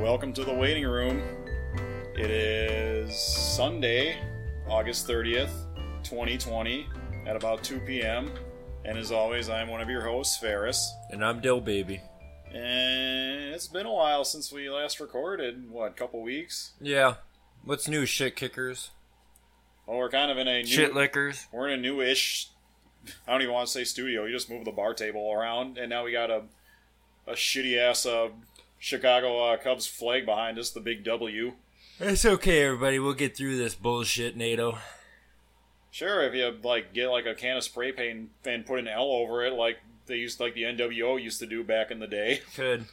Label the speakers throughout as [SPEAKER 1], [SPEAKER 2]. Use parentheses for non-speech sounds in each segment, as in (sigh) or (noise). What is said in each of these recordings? [SPEAKER 1] welcome to the waiting room. It is Sunday, August 30th, 2020, at about 2 p.m. And as always, I'm one of your hosts, Ferris.
[SPEAKER 2] And I'm Dill Baby.
[SPEAKER 1] And it's been a while since we last recorded. What, couple weeks?
[SPEAKER 2] Yeah. What's new, shit kickers?
[SPEAKER 1] Well, we're kind of in a new,
[SPEAKER 3] Shit lickers.
[SPEAKER 1] we're in a new-ish. I don't even want to say studio. You just move the bar table around, and now we got a a shitty ass uh, Chicago uh, Cubs flag behind us, the big W.
[SPEAKER 2] It's okay, everybody. We'll get through this bullshit, NATO.
[SPEAKER 1] Sure, if you like get like a can of spray paint and put an L over it, like they used like the NWO used to do back in the day. (laughs)
[SPEAKER 2] Good.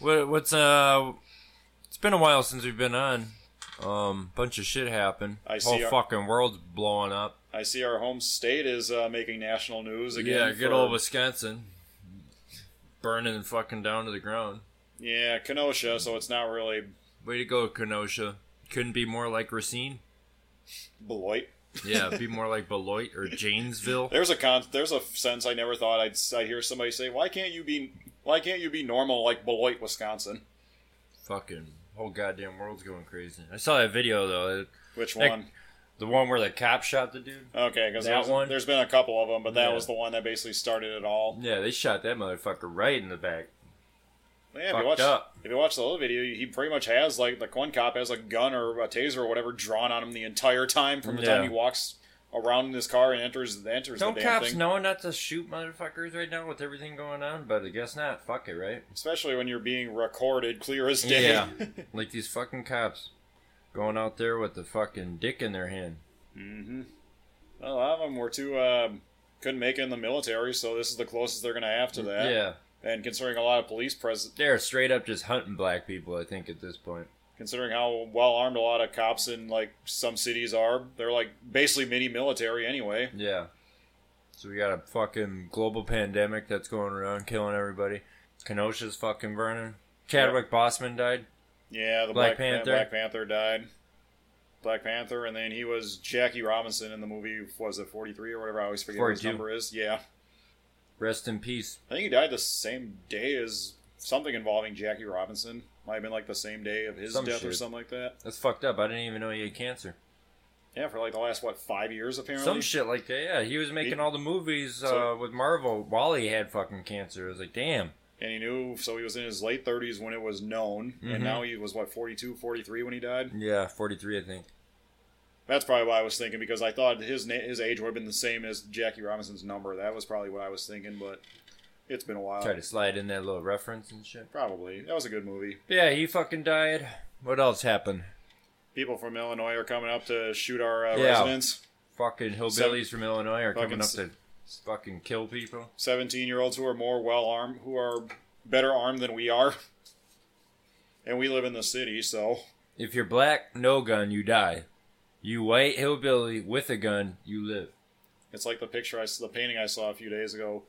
[SPEAKER 2] What, what's uh? It's been a while since we've been on. Um, bunch of shit happened.
[SPEAKER 1] I
[SPEAKER 2] Whole
[SPEAKER 1] see our-
[SPEAKER 2] fucking world's blowing up.
[SPEAKER 1] I see our home state is uh, making national news again.
[SPEAKER 2] yeah, good
[SPEAKER 1] for-
[SPEAKER 2] old Wisconsin, burning fucking down to the ground.
[SPEAKER 1] yeah Kenosha. So it's not really
[SPEAKER 2] Way to go, Kenosha. Couldn't be more like (laughs) Racine.
[SPEAKER 1] Beloit.
[SPEAKER 2] Yeah, be more like Beloit or Janesville.
[SPEAKER 1] There's a con- there's a sense I never thought I'd I hear somebody say, "Why can't you be Why can't you be normal like Beloit, Wisconsin?"
[SPEAKER 2] fucking whole goddamn world's going crazy. I saw that video though. It-
[SPEAKER 1] Which
[SPEAKER 2] Like-
[SPEAKER 1] one?
[SPEAKER 2] The one where the cop shot the dude?
[SPEAKER 1] Okay, because
[SPEAKER 2] That
[SPEAKER 1] there's,
[SPEAKER 2] one?
[SPEAKER 1] there's been a couple of them, but that
[SPEAKER 2] Yeah.
[SPEAKER 1] was the one that basically started it all.
[SPEAKER 2] Yeah, they shot that motherfucker right in the back.
[SPEAKER 1] Yeah, if
[SPEAKER 2] Fucked
[SPEAKER 1] you watch
[SPEAKER 2] up.
[SPEAKER 1] if you watch the whole video, he pretty much has like the one cop has a gun or a taser or whatever drawn on him the entire time from the time
[SPEAKER 2] Yeah.
[SPEAKER 1] he walks around in his car and enters enters
[SPEAKER 2] Don't
[SPEAKER 1] the damn
[SPEAKER 2] cops
[SPEAKER 1] thing.
[SPEAKER 2] know not to shoot motherfuckers right now with everything going on? But I guess not. Fuck
[SPEAKER 1] (laughs)
[SPEAKER 2] it, right?
[SPEAKER 1] Especially when you're being recorded clear as day. (laughs)
[SPEAKER 2] Yeah. like these fucking cops going out there with the fucking dick in their hand.
[SPEAKER 1] a lot of them were too um, couldn't make it in the military, so this is the closest they're gonna have to that.
[SPEAKER 2] Mm, Yeah.
[SPEAKER 1] And considering a lot of police pres
[SPEAKER 2] They're straight up just hunting black people, I think, at this point.
[SPEAKER 1] considering how well armed a lot of cops in like some cities are, they're like basically mini military anyway.
[SPEAKER 2] Yeah. So we got a fucking global pandemic that's going around killing everybody. Kenosha's fucking burning. Chadwick Bossman died.
[SPEAKER 1] Yeah, the Black,
[SPEAKER 2] Black
[SPEAKER 1] Panther.
[SPEAKER 2] Panther.
[SPEAKER 1] Black Panther died. Black Panther, and then he was Jackie Robinson in the movie. Was it forty three or whatever? I always forget what his
[SPEAKER 2] 42.
[SPEAKER 1] number is. Yeah,
[SPEAKER 2] Rest in peace.
[SPEAKER 1] I think he died the same day as something involving Jackie Robinson. Might have been like the same day of his
[SPEAKER 2] Some
[SPEAKER 1] death or
[SPEAKER 2] shit.
[SPEAKER 1] something like that.
[SPEAKER 2] That's fucked up. I didn't even know he had cancer.
[SPEAKER 1] Yeah, for like the last what five years apparently.
[SPEAKER 2] Some shit like that. Yeah, he was making all the movies uh,
[SPEAKER 1] So-
[SPEAKER 2] with Marvel while he had fucking cancer. I was like, damn.
[SPEAKER 1] and he knew, so he was in his late thirties when it was known, and
[SPEAKER 2] Mhm.
[SPEAKER 1] now he was what 42, 43 when he died.
[SPEAKER 2] Yeah, forty three, I think.
[SPEAKER 1] That's probably what I was thinking because I thought his na- his age would have been the same as Jackie Robinson's number. That was probably what I was thinking, but it's been a while.
[SPEAKER 2] Try to slide in that little reference and shit.
[SPEAKER 1] Probably. That was a good movie.
[SPEAKER 2] But yeah, he fucking died. What else happened?
[SPEAKER 1] People from Illinois are coming up to shoot our uh,
[SPEAKER 2] Yeah.
[SPEAKER 1] residents.
[SPEAKER 2] Fucking hillbillies from Illinois are
[SPEAKER 1] Fucking
[SPEAKER 2] coming up
[SPEAKER 1] s-
[SPEAKER 2] to fucking kill people.
[SPEAKER 1] 17 year olds who are more well armed, who are better armed than we are. And we live in the city, so.
[SPEAKER 2] If you're black, no gun, you die. You white hillbilly with a gun, you live.
[SPEAKER 1] It's like the picture I s- the painting I saw a few days ago,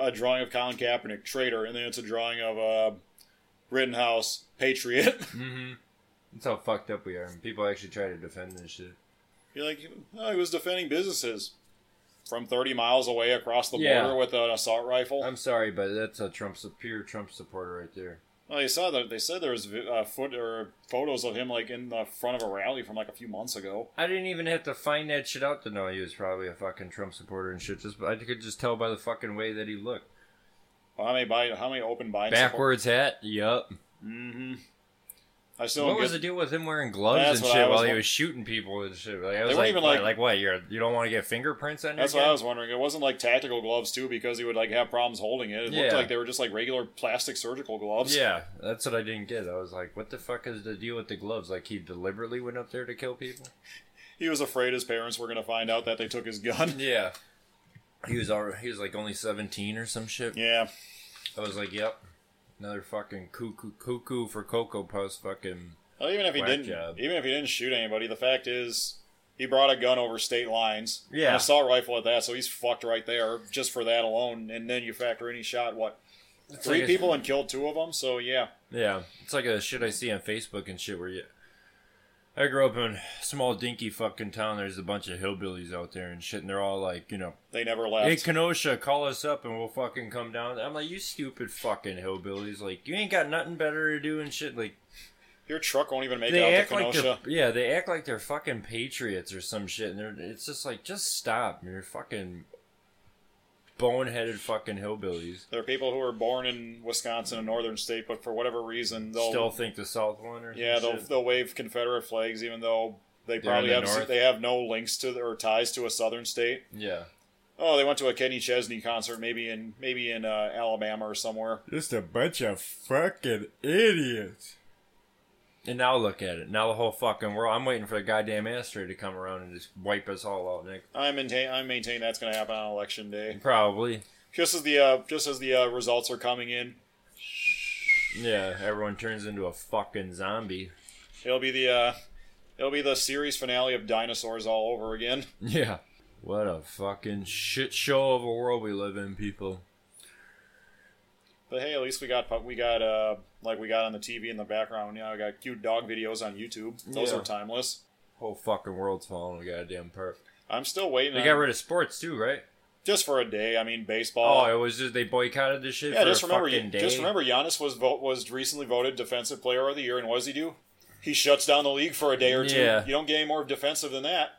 [SPEAKER 1] a drawing of Colin Kaepernick, traitor, and then it's a drawing of uh, Rittenhouse, patriot. (laughs)
[SPEAKER 2] Mm-hmm. That's how fucked up we are. And people actually try to defend this shit.
[SPEAKER 1] You're like, oh, he was defending businesses from 30 miles away across the border
[SPEAKER 2] Yeah.
[SPEAKER 1] with an assault rifle.
[SPEAKER 2] I'm sorry, but that's a Trump, su- pure Trump supporter right there.
[SPEAKER 1] Well, they saw that they said there was vi- uh, foot or photos of him like in the front of a rally from like a few months ago.
[SPEAKER 2] I didn't even have to find that shit out to know he was probably a fucking Trump supporter and shit. Just I could just tell by the fucking way that he looked.
[SPEAKER 1] Well, how many Biden, how many open Biden?
[SPEAKER 2] Backwards hat. Yup.
[SPEAKER 1] hmm I still
[SPEAKER 2] What
[SPEAKER 1] don't
[SPEAKER 2] was the
[SPEAKER 1] get.
[SPEAKER 2] deal with him wearing gloves
[SPEAKER 1] That's
[SPEAKER 2] and
[SPEAKER 1] what
[SPEAKER 2] shit
[SPEAKER 1] I was
[SPEAKER 2] while he
[SPEAKER 1] wa-
[SPEAKER 2] was shooting people and shit? Like, I was
[SPEAKER 1] weren't
[SPEAKER 2] like,
[SPEAKER 1] even
[SPEAKER 2] why-
[SPEAKER 1] like-
[SPEAKER 2] like, what? You're you don't want to get fingerprints on your
[SPEAKER 1] That's what
[SPEAKER 2] gun?
[SPEAKER 1] I was wondering. It wasn't like tactical gloves too, because he would like have problems holding it. It looked
[SPEAKER 2] Yeah.
[SPEAKER 1] like they were just like regular plastic surgical gloves.
[SPEAKER 2] Yeah, that's what I didn't get. I was like, what the fuck is the deal with the gloves? Like, he deliberately went up there to kill people?
[SPEAKER 1] He was afraid his parents were going to find out that they took his gun.
[SPEAKER 2] Yeah. He was already, he was like only 17 or some
[SPEAKER 1] (laughs)
[SPEAKER 2] shit.
[SPEAKER 1] yeah.
[SPEAKER 2] I was like, yep. Another fucking cuckoo, cuckoo for Cocoa Puffs fucking.
[SPEAKER 1] Well, Oh, even if he
[SPEAKER 2] Whack
[SPEAKER 1] didn't,
[SPEAKER 2] job.
[SPEAKER 1] even if he didn't shoot anybody, the fact is. He brought a gun over state lines,
[SPEAKER 2] Yeah.
[SPEAKER 1] an assault rifle at that, so he's fucked right there just for that alone. And then you factor in he shot what three
[SPEAKER 2] like a-
[SPEAKER 1] people and killed two of them. So yeah,
[SPEAKER 2] Yeah. It's like a shit I see on Facebook and shit where you. I grew up in a small dinky fucking town. There's a bunch of hillbillies out there and shit, and they're all like, you know,
[SPEAKER 1] They never left.
[SPEAKER 2] hey Kenosha, call us up and we'll fucking come down. I'm like, you stupid fucking hillbillies, like you ain't got nothing better to do and shit. Like
[SPEAKER 1] Your truck won't even make
[SPEAKER 2] they
[SPEAKER 1] it out
[SPEAKER 2] act
[SPEAKER 1] to
[SPEAKER 2] like
[SPEAKER 1] Kenosha.
[SPEAKER 2] they're yeah, they act like they're fucking patriots or some shit, and they're it's just like just stop, you're fucking boneheaded fucking hillbillies.
[SPEAKER 1] There are people who are born in Wisconsin, a northern state, but for whatever reason, they'll
[SPEAKER 2] Still think the South won or some
[SPEAKER 1] yeah they'll
[SPEAKER 2] shit.
[SPEAKER 1] they'll wave Confederate flags, even though they
[SPEAKER 2] They're
[SPEAKER 1] probably
[SPEAKER 2] in the
[SPEAKER 1] have
[SPEAKER 2] north.
[SPEAKER 1] they have no links to the, or ties to a southern state.
[SPEAKER 2] yeah.
[SPEAKER 1] Oh, they went to a Kenny Chesney concert, maybe in maybe in uh, Alabama or somewhere.
[SPEAKER 2] Just a bunch of fucking idiots. And now look at it. Now the whole fucking world. I'm waiting for the goddamn asteroid to come around and just wipe us all out, Nick.
[SPEAKER 1] I maintain I maintain that's going to happen on election day.
[SPEAKER 2] Probably.
[SPEAKER 1] Just as the uh, just as the uh, results are coming in,
[SPEAKER 2] Yeah, everyone turns into a fucking zombie.
[SPEAKER 1] it'll be the uh, it'll be the series finale of dinosaurs all over again.
[SPEAKER 2] Yeah. What a fucking shit show of a world we live in, people.
[SPEAKER 1] But hey, at least we got we got uh like we got on the TV in the background. You know, we got cute dog videos on YouTube. Those
[SPEAKER 2] Yeah.
[SPEAKER 1] are timeless.
[SPEAKER 2] Whole fucking world's falling to goddamn apart.
[SPEAKER 1] I'm still waiting.
[SPEAKER 2] They
[SPEAKER 1] on-
[SPEAKER 2] got rid of sports too, right?
[SPEAKER 1] just for a day. I mean, baseball.
[SPEAKER 2] Oh, it was just they boycotted this shit
[SPEAKER 1] uh, yeah,
[SPEAKER 2] for
[SPEAKER 1] just
[SPEAKER 2] a
[SPEAKER 1] remember,
[SPEAKER 2] fucking day.
[SPEAKER 1] just remember, Giannis was vote was recently voted defensive player of the year, and what does he do? He shuts down the league for a day or two.
[SPEAKER 2] Yeah.
[SPEAKER 1] You don't get any more defensive than that.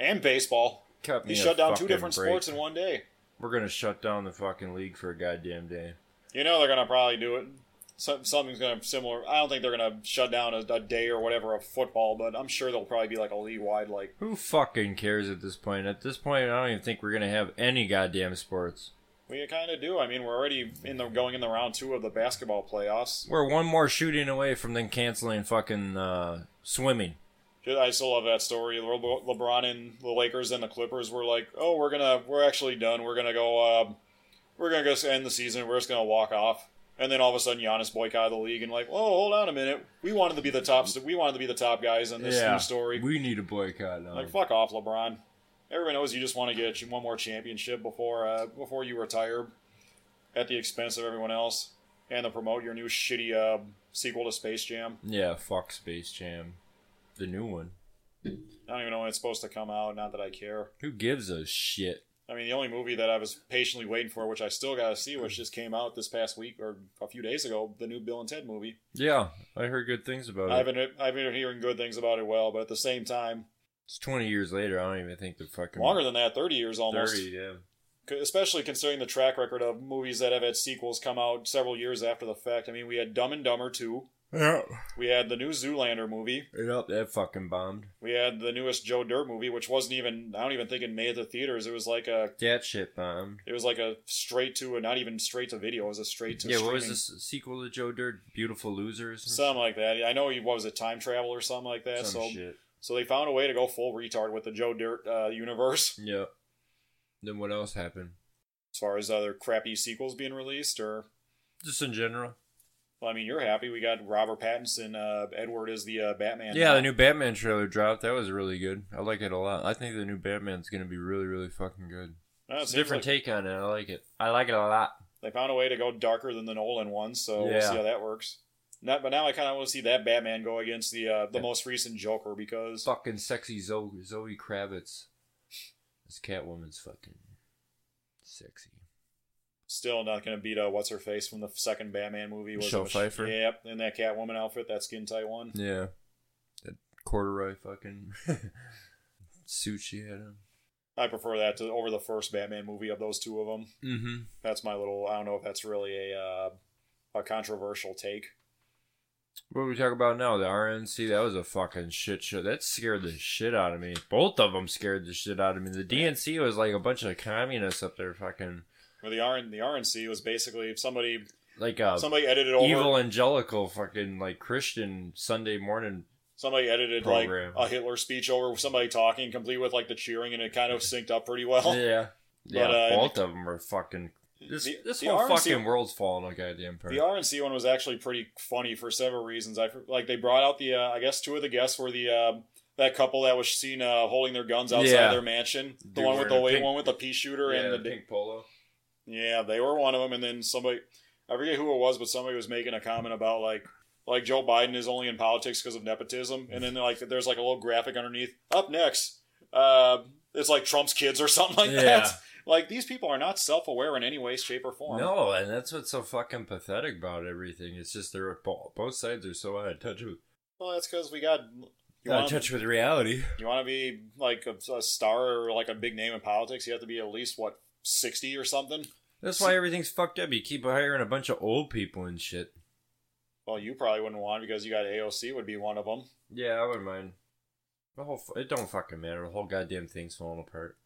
[SPEAKER 1] And baseball,
[SPEAKER 2] Cut
[SPEAKER 1] he
[SPEAKER 2] me a
[SPEAKER 1] shut down two
[SPEAKER 2] fucking
[SPEAKER 1] different
[SPEAKER 2] break.
[SPEAKER 1] sports in one day.
[SPEAKER 2] We're gonna shut down the fucking league for a goddamn day.
[SPEAKER 1] You know they're gonna probably do it. Some- Something's gonna similar. I don't think they're gonna shut down a, a day or whatever of football, but I'm sure there'll probably be like a league wide like.
[SPEAKER 2] Who fucking cares at this point? At this point, I don't even think we're gonna have any goddamn sports.
[SPEAKER 1] We kind of do. I mean, we're already in the going in the round two of the basketball playoffs.
[SPEAKER 2] We're one more shooting away from then canceling fucking uh, swimming.
[SPEAKER 1] Dude, I still love that story. Le- Le- LeBron and the Lakers and the Clippers were like, "Oh, we're gonna, we're actually done. We're gonna go, uh, we're gonna go s- end the season. We're just gonna walk off." And then all of a sudden, Giannis boycotted the league and like, "Oh, hold on a minute. We wanted to be the top. St- we wanted to be the top guys in this new story.
[SPEAKER 2] we need a boycott now.
[SPEAKER 1] like, fuck off, LeBron. Everyone knows you just want to get you one more championship before uh, before you retire, at the expense of everyone else, and to promote your new shitty uh, sequel to Space Jam.
[SPEAKER 2] yeah, fuck Space Jam, the new one.
[SPEAKER 1] I don't even know when it's supposed to come out. Not that I care.
[SPEAKER 2] Who gives a shit?
[SPEAKER 1] I mean, the only movie that I was patiently waiting for, which I still got to see, which just came out this past week or a few days ago, the new Bill and Ted movie.
[SPEAKER 2] Yeah, I heard good things about it.
[SPEAKER 1] I've been I've been hearing good things about it. Well, but at the same time,
[SPEAKER 2] It's twenty years later. I don't even think they're fucking
[SPEAKER 1] longer than that, thirty years almost.
[SPEAKER 2] thirty. Yeah,
[SPEAKER 1] C- especially considering the track record of movies that have had sequels come out several years after the fact. I mean, we had Dumb and Dumber 2,
[SPEAKER 2] yeah.
[SPEAKER 1] we had the new Zoolander movie,
[SPEAKER 2] Yep, that fucking bombed.
[SPEAKER 1] we had the newest Joe Dirt movie, which wasn't even I don't even think it made the theaters. It was like a
[SPEAKER 2] That shit bombed.
[SPEAKER 1] it was like a straight to a not even straight to video. It was a straight to
[SPEAKER 2] Yeah, what was
[SPEAKER 1] streaming.
[SPEAKER 2] this sequel to Joe Dirt? Beautiful Losers.
[SPEAKER 1] Something like that. I know he what was it time travel or something like that. so
[SPEAKER 2] shit.
[SPEAKER 1] so they found a way to go full retard with the Joe Dirt uh, universe (laughs)
[SPEAKER 2] Yeah. Then what else happened?
[SPEAKER 1] as far as other crappy sequels being released or
[SPEAKER 2] Just in general.
[SPEAKER 1] well, I mean you're happy we got Robert Pattinson uh, Edward as the uh, Batman.
[SPEAKER 2] yeah,
[SPEAKER 1] now.
[SPEAKER 2] the new Batman trailer dropped. That was really good. I like it a lot. I think the new Batman's gonna be really, really fucking good.
[SPEAKER 1] Uh, it
[SPEAKER 2] It's a
[SPEAKER 1] seems
[SPEAKER 2] different
[SPEAKER 1] like
[SPEAKER 2] take on it. I like it. I like it a lot.
[SPEAKER 1] They found a way to go darker than the Nolan one, so we'll
[SPEAKER 2] Yeah.
[SPEAKER 1] see how that works. Not, but now I kind of want to see that Batman go against the uh, the most recent Joker because
[SPEAKER 2] Fucking sexy Zoe, Zoe Kravitz. This Catwoman's fucking sexy.
[SPEAKER 1] still not going to beat uh, what's her face from the second Batman movie. Was
[SPEAKER 2] Michelle
[SPEAKER 1] it Mich-
[SPEAKER 2] Pfeiffer?
[SPEAKER 1] Yep, in that Catwoman outfit, that skin tight one.
[SPEAKER 2] Yeah. That corduroy fucking (laughs) suit she had on.
[SPEAKER 1] I prefer that to over the first Batman movie of those two of them.
[SPEAKER 2] Mm-hmm.
[SPEAKER 1] That's my little. I don't know if that's really a uh, a controversial take.
[SPEAKER 2] What are we talking about now? The RNC? That was a fucking shit show. That scared the shit out of me. Both of them scared the shit out of me. The DNC was like a bunch of communists up there fucking.
[SPEAKER 1] Where the R the RNC was basically somebody
[SPEAKER 2] Like a
[SPEAKER 1] somebody edited over
[SPEAKER 2] evil angelical fucking like Christian Sunday morning.
[SPEAKER 1] (laughs) somebody edited
[SPEAKER 2] program.
[SPEAKER 1] like a Hitler speech over somebody talking, complete with like the cheering, and it kind of synced up pretty well. (laughs)
[SPEAKER 2] yeah. Yeah,
[SPEAKER 1] uh,
[SPEAKER 2] both of them are fucking. This,
[SPEAKER 1] The-
[SPEAKER 2] this
[SPEAKER 1] the
[SPEAKER 2] whole
[SPEAKER 1] RNC
[SPEAKER 2] fucking world's falling a goddamn part.
[SPEAKER 1] The RNC one was actually pretty funny for several reasons. I like they brought out the uh, I guess two of the guests were the uh, that couple that was seen uh, holding their guns outside
[SPEAKER 2] Yeah.
[SPEAKER 1] their mansion. The
[SPEAKER 2] Dude,
[SPEAKER 1] one with
[SPEAKER 2] wearing
[SPEAKER 1] the
[SPEAKER 2] a
[SPEAKER 1] wait,
[SPEAKER 2] pink-
[SPEAKER 1] one with the pea shooter
[SPEAKER 2] yeah,
[SPEAKER 1] and the,
[SPEAKER 2] the pink polo.
[SPEAKER 1] yeah, they were one of them. And then somebody I forget who it was, but somebody was making a comment about like like Joe Biden is only in politics because of nepotism, and then like there's like a little graphic underneath. Up next, uh, it's like Trump's kids or (laughs) something like
[SPEAKER 2] Yeah.
[SPEAKER 1] that. Like these people are not self-aware in any way, shape, or form.
[SPEAKER 2] No, and that's what's so fucking pathetic about everything. It's just they're bo- both sides are so out of touch with
[SPEAKER 1] Well, that's because we got you
[SPEAKER 2] out of
[SPEAKER 1] want
[SPEAKER 2] touch with reality.
[SPEAKER 1] you want to be like a, a star or like a big name in politics. You have to be at least what sixty or something.
[SPEAKER 2] That's why everything's fucked up. You keep hiring a bunch of old people and shit.
[SPEAKER 1] Well, you probably wouldn't want because you got AOC would be one of them.
[SPEAKER 2] Yeah, I wouldn't mind. The whole f- it don't fucking matter. The whole goddamn thing's falling apart.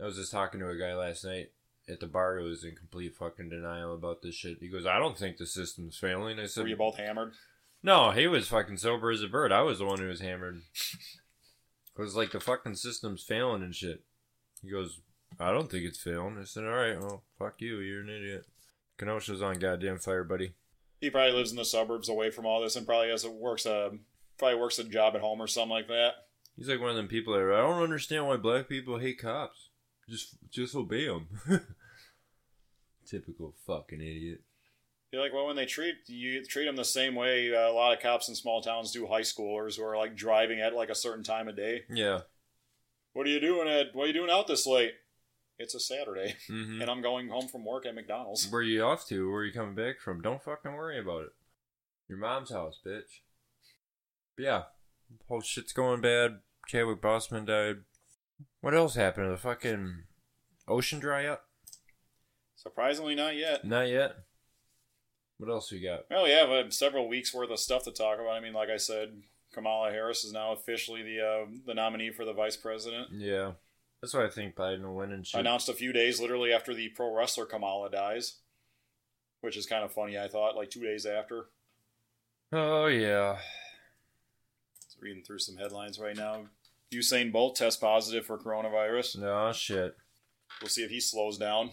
[SPEAKER 2] I was just talking to a guy last night at the bar who was in complete fucking denial about this shit. He goes, "I don't think the system's failing." I said,
[SPEAKER 1] Were you both hammered?
[SPEAKER 2] "No, he was fucking sober as a bird. I was the one who was (laughs) hammered." it was like the fucking system's failing and shit. He goes, "I don't think it's failing." I said, "All right, well, fuck you. You're an idiot." Kenosha's on goddamn fire, buddy.
[SPEAKER 1] He probably lives in the suburbs away from all this, and probably has a, works a probably works a job at home or something like that.
[SPEAKER 2] He's like one of them people that are, I don't understand why black people hate cops. Just just obey them. (laughs) Typical fucking idiot.
[SPEAKER 1] You're like, well, when they treat you treat them the same way uh, a lot of cops in small towns do high schoolers who are like driving at like a certain time of day.
[SPEAKER 2] Yeah.
[SPEAKER 1] What are you doing at? What are you doing out this late? It's a Saturday,
[SPEAKER 2] Mm-hmm.
[SPEAKER 1] and I'm going home from work at McDonald's.
[SPEAKER 2] Where you off to? Where you coming back from? Don't fucking worry about it. Your mom's house, bitch. But yeah. Whole shit's going bad. Chadwick Bossman died. What else happened? The fucking ocean dry up?
[SPEAKER 1] Surprisingly, not yet.
[SPEAKER 2] Not yet. What else we got?
[SPEAKER 1] Well, yeah, but several weeks worth of stuff to talk about. I mean, like I said, Kamala Harris is now officially the uh, the nominee for the vice president.
[SPEAKER 2] Yeah. That's why I think Biden will win and shit.
[SPEAKER 1] Announced a few days, literally after the pro wrestler Kamala dies, which is kind of funny. I thought, like two days after.
[SPEAKER 2] Oh yeah.
[SPEAKER 1] Just reading through some headlines right now. Usain Bolt tests positive for coronavirus.
[SPEAKER 2] No shit.
[SPEAKER 1] We'll see if he slows down,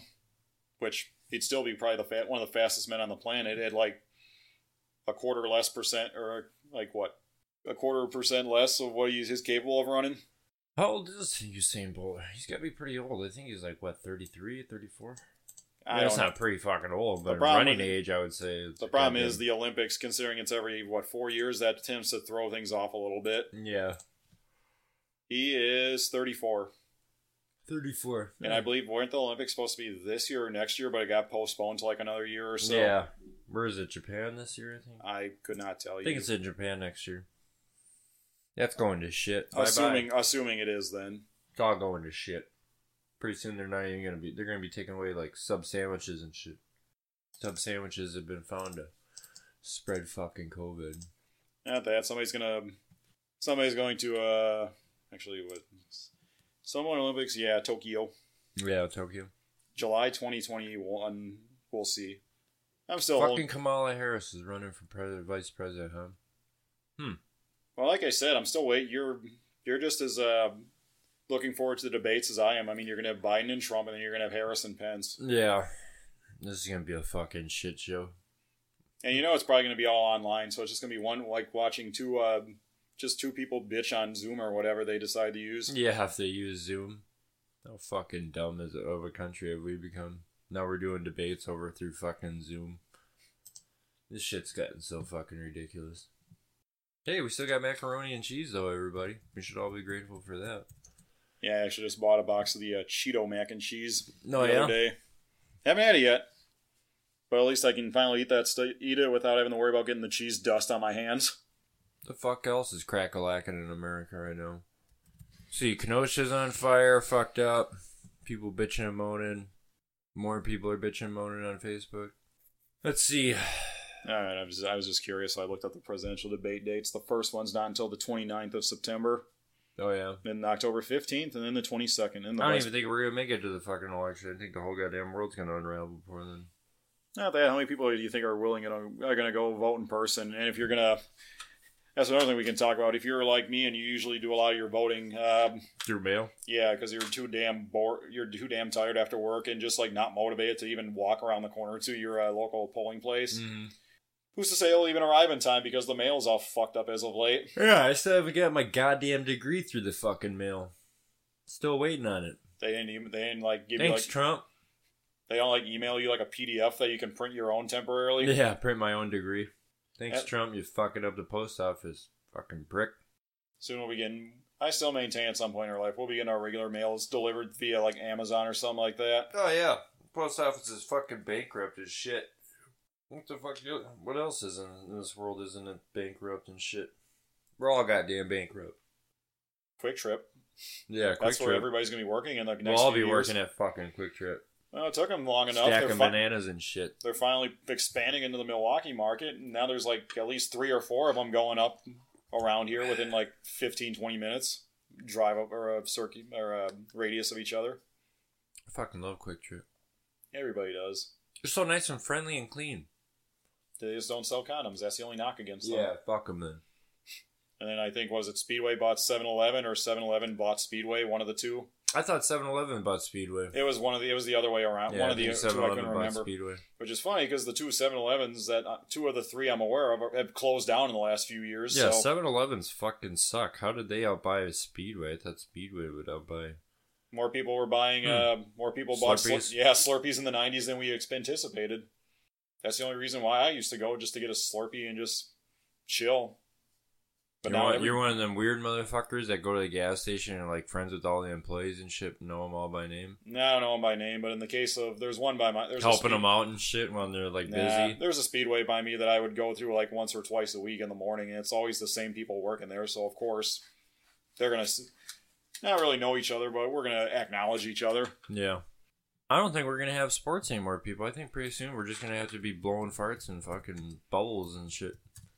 [SPEAKER 1] which he'd still be probably the fa- one of the fastest men on the planet at like a quarter less percent, or like what, a quarter percent less of what he's, he's capable of running.
[SPEAKER 2] How old is Usain Bolt? He's got to be pretty old. I think he's like what 33, 34?
[SPEAKER 1] I
[SPEAKER 2] That's
[SPEAKER 1] don't
[SPEAKER 2] not pretty fucking old,
[SPEAKER 1] The
[SPEAKER 2] but
[SPEAKER 1] problem
[SPEAKER 2] running
[SPEAKER 1] with-
[SPEAKER 2] age, I would say. it's
[SPEAKER 1] The problem
[SPEAKER 2] goddamn-
[SPEAKER 1] is the Olympics, considering it's every what four years, that tends to throw things off a little bit.
[SPEAKER 2] yeah,
[SPEAKER 1] He is 34,
[SPEAKER 2] thirty-four.
[SPEAKER 1] and I believe weren't the Olympics supposed to be this year or next year, but it got postponed to like another year or so.
[SPEAKER 2] yeah. Where is it? Japan this year, I think.
[SPEAKER 1] I could not tell
[SPEAKER 2] I
[SPEAKER 1] you.
[SPEAKER 2] think it's in Japan next year. That's going to shit. Bye-bye.
[SPEAKER 1] assuming assuming it is then.
[SPEAKER 2] it's all going to shit. Pretty soon they're not even gonna be. They're gonna be taking away like sub sandwiches and shit. Sub sandwiches have been found to spread fucking COVID.
[SPEAKER 1] Not that somebody's gonna somebody's going to uh actually what someone Olympics yeah Tokyo
[SPEAKER 2] Yeah, Tokyo.
[SPEAKER 1] July 2021 we'll see. I'm still holding,
[SPEAKER 2] Fucking Kamala Harris is running for president, vice president, huh?
[SPEAKER 1] well like I said I'm still wait you're you're just as uh looking forward to the debates as I am. I mean you're gonna have Biden and Trump and then you're gonna have Harris and Pence
[SPEAKER 2] Yeah. This is gonna be a fucking shit show.
[SPEAKER 1] and you know it's probably gonna be all online so it's just gonna be one like watching two uh just two people bitch on Zoom or whatever they decide to use.
[SPEAKER 2] You have to use Zoom. How fucking dumb is it of a country have we become? Now we're doing debates over through fucking Zoom. This shit's gotten so fucking ridiculous. Hey, we still got macaroni and cheese though, everybody. We should all be grateful for that.
[SPEAKER 1] Yeah, I actually just bought a box of the uh, Cheeto mac and cheese
[SPEAKER 2] No,
[SPEAKER 1] the
[SPEAKER 2] Oh, yeah?
[SPEAKER 1] other day. Haven't had it yet, but at least I can finally eat that stu- eat it without having to worry about getting the cheese dust on my hands. (laughs)
[SPEAKER 2] The fuck else is crack a lacking in America right now? See, Kenosha's on fire, fucked up. People bitching and moaning. More people are bitching and moaning on Facebook. Let's see.
[SPEAKER 1] All right, I was I was just curious. So I looked up the presidential debate dates. The first one's not until the 29th of September,
[SPEAKER 2] Oh, yeah.
[SPEAKER 1] then October 15th, and then the 22nd. And the
[SPEAKER 2] I don't
[SPEAKER 1] vice-
[SPEAKER 2] even think we're going to make it to the fucking election. I think the whole goddamn world's going to unravel before then.
[SPEAKER 1] Not that. How many people do you think are willing and are going to go vote in person? And if you're going to, that's another thing we can talk about. If you're like me and you usually do a lot of your voting, um,
[SPEAKER 2] Through mail?
[SPEAKER 1] Yeah, because you're too damn bored. You're too damn tired after work and just like not motivated to even walk around the corner to your uh, local polling
[SPEAKER 2] Mm.
[SPEAKER 1] place.
[SPEAKER 2] Mm-hmm.
[SPEAKER 1] Who's to say it'll even arrive in time because the mail's all fucked up as of late.
[SPEAKER 2] Yeah, I still haven't got my goddamn degree through the fucking mail. Still waiting on it.
[SPEAKER 1] They didn't even they didn't like give
[SPEAKER 2] Thanks,
[SPEAKER 1] you like
[SPEAKER 2] Trump. (laughs)
[SPEAKER 1] they don't like email you like a PDF that you can print your own temporarily.
[SPEAKER 2] Yeah, print my own degree. Thanks,
[SPEAKER 1] Yep.
[SPEAKER 2] Trump. You're fucking up the post office, fucking prick.
[SPEAKER 1] Soon we'll be getting. I still maintain at some point in our life we'll be getting our regular mails delivered via like Amazon or something like that.
[SPEAKER 2] Oh yeah, post office is fucking bankrupt as shit. What the fuck? You, what else is in this world? Isn't it bankrupt and shit? We're all goddamn bankrupt.
[SPEAKER 1] Quick Trip.
[SPEAKER 2] Yeah, Quick
[SPEAKER 1] That's where
[SPEAKER 2] Trip.
[SPEAKER 1] everybody's gonna be working in the next.
[SPEAKER 2] We'll all be
[SPEAKER 1] few years.
[SPEAKER 2] working at fucking Quick Trip,
[SPEAKER 1] Well, it took them long enough. They're,
[SPEAKER 2] stacking
[SPEAKER 1] fi-
[SPEAKER 2] bananas and shit.
[SPEAKER 1] they're finally expanding into the Milwaukee market, and now there's like at least three or four of them going up around here within like 15, 20 minutes drive up or a circuit or a radius of each other.
[SPEAKER 2] I fucking love Quick Trip.
[SPEAKER 1] Everybody does.
[SPEAKER 2] They're so nice and friendly and clean.
[SPEAKER 1] They just don't sell condoms. That's the only knock against them.
[SPEAKER 2] Yeah, fuck them then.
[SPEAKER 1] And then I think was it Speedway bought 7-Eleven or 7-Eleven bought Speedway, one of the two.
[SPEAKER 2] I thought 7-Eleven bought Speedway.
[SPEAKER 1] It was one of the. It was the other way around.
[SPEAKER 2] Yeah,
[SPEAKER 1] one of
[SPEAKER 2] I
[SPEAKER 1] the
[SPEAKER 2] think
[SPEAKER 1] two I couldn't
[SPEAKER 2] 7-Eleven bought
[SPEAKER 1] remember.
[SPEAKER 2] Speedway.
[SPEAKER 1] Which is funny because the two 7-Elevens that uh, two of the three I'm aware of are- have closed down in the last few years.
[SPEAKER 2] Yeah,
[SPEAKER 1] so
[SPEAKER 2] 7-Elevens fucking suck. How did they outbuy Speedway? I thought Speedway would outbuy.
[SPEAKER 1] more people were buying.
[SPEAKER 2] Hmm.
[SPEAKER 1] Uh, more people bought slur-
[SPEAKER 2] Slurpees?
[SPEAKER 1] yeah Slurpees in the '90s than we ex- anticipated. That's the only reason why I used to go just to get a Slurpee and just chill. But
[SPEAKER 2] you're,
[SPEAKER 1] now
[SPEAKER 2] one,
[SPEAKER 1] every-
[SPEAKER 2] you're one of them weird motherfuckers that go to the gas station and are like friends with all the employees and shit, know them all by name,
[SPEAKER 1] I don't know them by name, but in the case of there's one by my there's a
[SPEAKER 2] helping
[SPEAKER 1] speed-
[SPEAKER 2] them out and shit when they're like
[SPEAKER 1] Nah,
[SPEAKER 2] busy.
[SPEAKER 1] There's a speedway by me that I would go through like once or twice a week in the morning, and it's always the same people working there. So of course, they're gonna s- not really know each other, but we're gonna acknowledge each other.
[SPEAKER 2] Yeah, I don't think we're gonna have sports anymore, people. I think pretty soon we're just gonna have to be blowing farts and fucking bubbles and shit.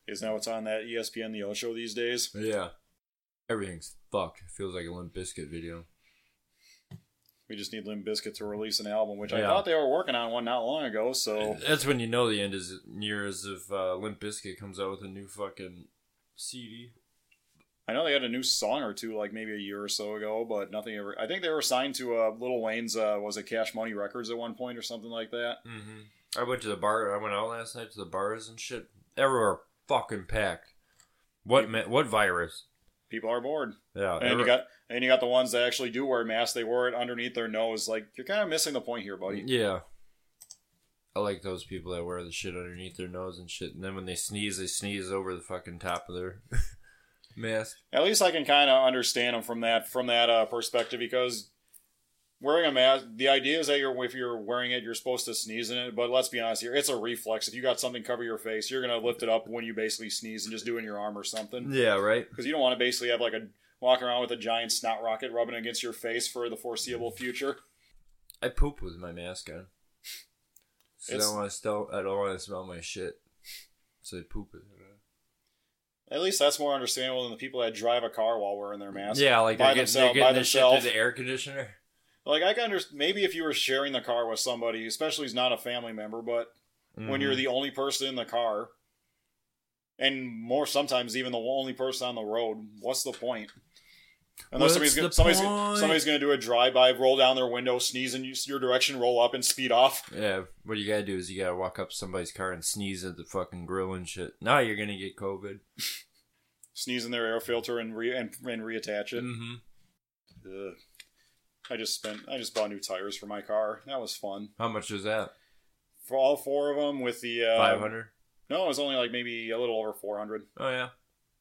[SPEAKER 1] Is now it's on that E ESPN The O Show these days.
[SPEAKER 2] Yeah, everything's fucked. It feels like a Limp Biscuit video.
[SPEAKER 1] We just need Limp Bizkit to release an album, which I
[SPEAKER 2] Yeah.
[SPEAKER 1] thought they were working on one not long ago. So
[SPEAKER 2] That's when you know the end is near. As if uh, Limp Biscuit comes out with a new fucking CD.
[SPEAKER 1] I know they had a new song or two like maybe a year or so ago, but nothing ever. I think they were signed to uh, Little Wayne's uh, was it Cash Money Records at one point or something like that.
[SPEAKER 2] hmm I went to the bar. I went out last night to the bars and shit. Everywhere fucking packed. What ma- what virus?
[SPEAKER 1] People are bored.
[SPEAKER 2] Yeah.
[SPEAKER 1] And
[SPEAKER 2] every-
[SPEAKER 1] you got and you got the ones that actually do wear masks. They wear it underneath their nose. Like you're kind of missing the point here, buddy.
[SPEAKER 2] yeah. I like those people that wear the shit underneath their nose and shit, and then when they sneeze, they sneeze over the fucking top of their (laughs) mask.
[SPEAKER 1] At least I can kind of understand them from that from that uh, perspective because wearing a mask, the idea is that you're if you're wearing it, you're supposed to sneeze in it. But let's be honest here, it's a reflex. If you got something cover your face, you're gonna lift it up when you basically sneeze and just do it in your arm or something
[SPEAKER 2] Yeah. Right.
[SPEAKER 1] because you don't want to basically have like a walk around with a giant snot rocket rubbing against your face for the foreseeable future.
[SPEAKER 2] I poop with my mask on. 'Cause I
[SPEAKER 1] It's-
[SPEAKER 2] don't want to smell. I don't want to smell my shit. So I poop with it.
[SPEAKER 1] At least that's more understandable than the people that drive a car while wearing their mask.
[SPEAKER 2] Yeah, like
[SPEAKER 1] by
[SPEAKER 2] they're getting, they're
[SPEAKER 1] themselves, by
[SPEAKER 2] getting this shit through
[SPEAKER 1] themselves.
[SPEAKER 2] the air conditioner.
[SPEAKER 1] Like I can understand, maybe if you were sharing the car with somebody, especially who's not a family member, but when
[SPEAKER 2] Mm-hmm.
[SPEAKER 1] you're the only person in the car, and more sometimes even the only person on the road, what's the point? Unless somebody's
[SPEAKER 2] What's
[SPEAKER 1] gonna,
[SPEAKER 2] the
[SPEAKER 1] somebody's,
[SPEAKER 2] point?
[SPEAKER 1] somebody's going to do a drive-by, roll down their window, sneeze in your direction, roll up, and speed off.
[SPEAKER 2] Yeah, what you gotta do is you gotta walk up to somebody's car and sneeze at the fucking grill and shit. Now you're gonna get COVID.
[SPEAKER 1] Sneeze in their air filter and re and, and reattach it.
[SPEAKER 2] Mm-hmm.
[SPEAKER 1] Ugh. I just spent. I just bought new tires for my car. That was fun
[SPEAKER 2] How much is that?
[SPEAKER 1] for all four of them. With the uh,
[SPEAKER 2] Five hundred.
[SPEAKER 1] No, it was only like maybe a little over four hundred.
[SPEAKER 2] Oh yeah,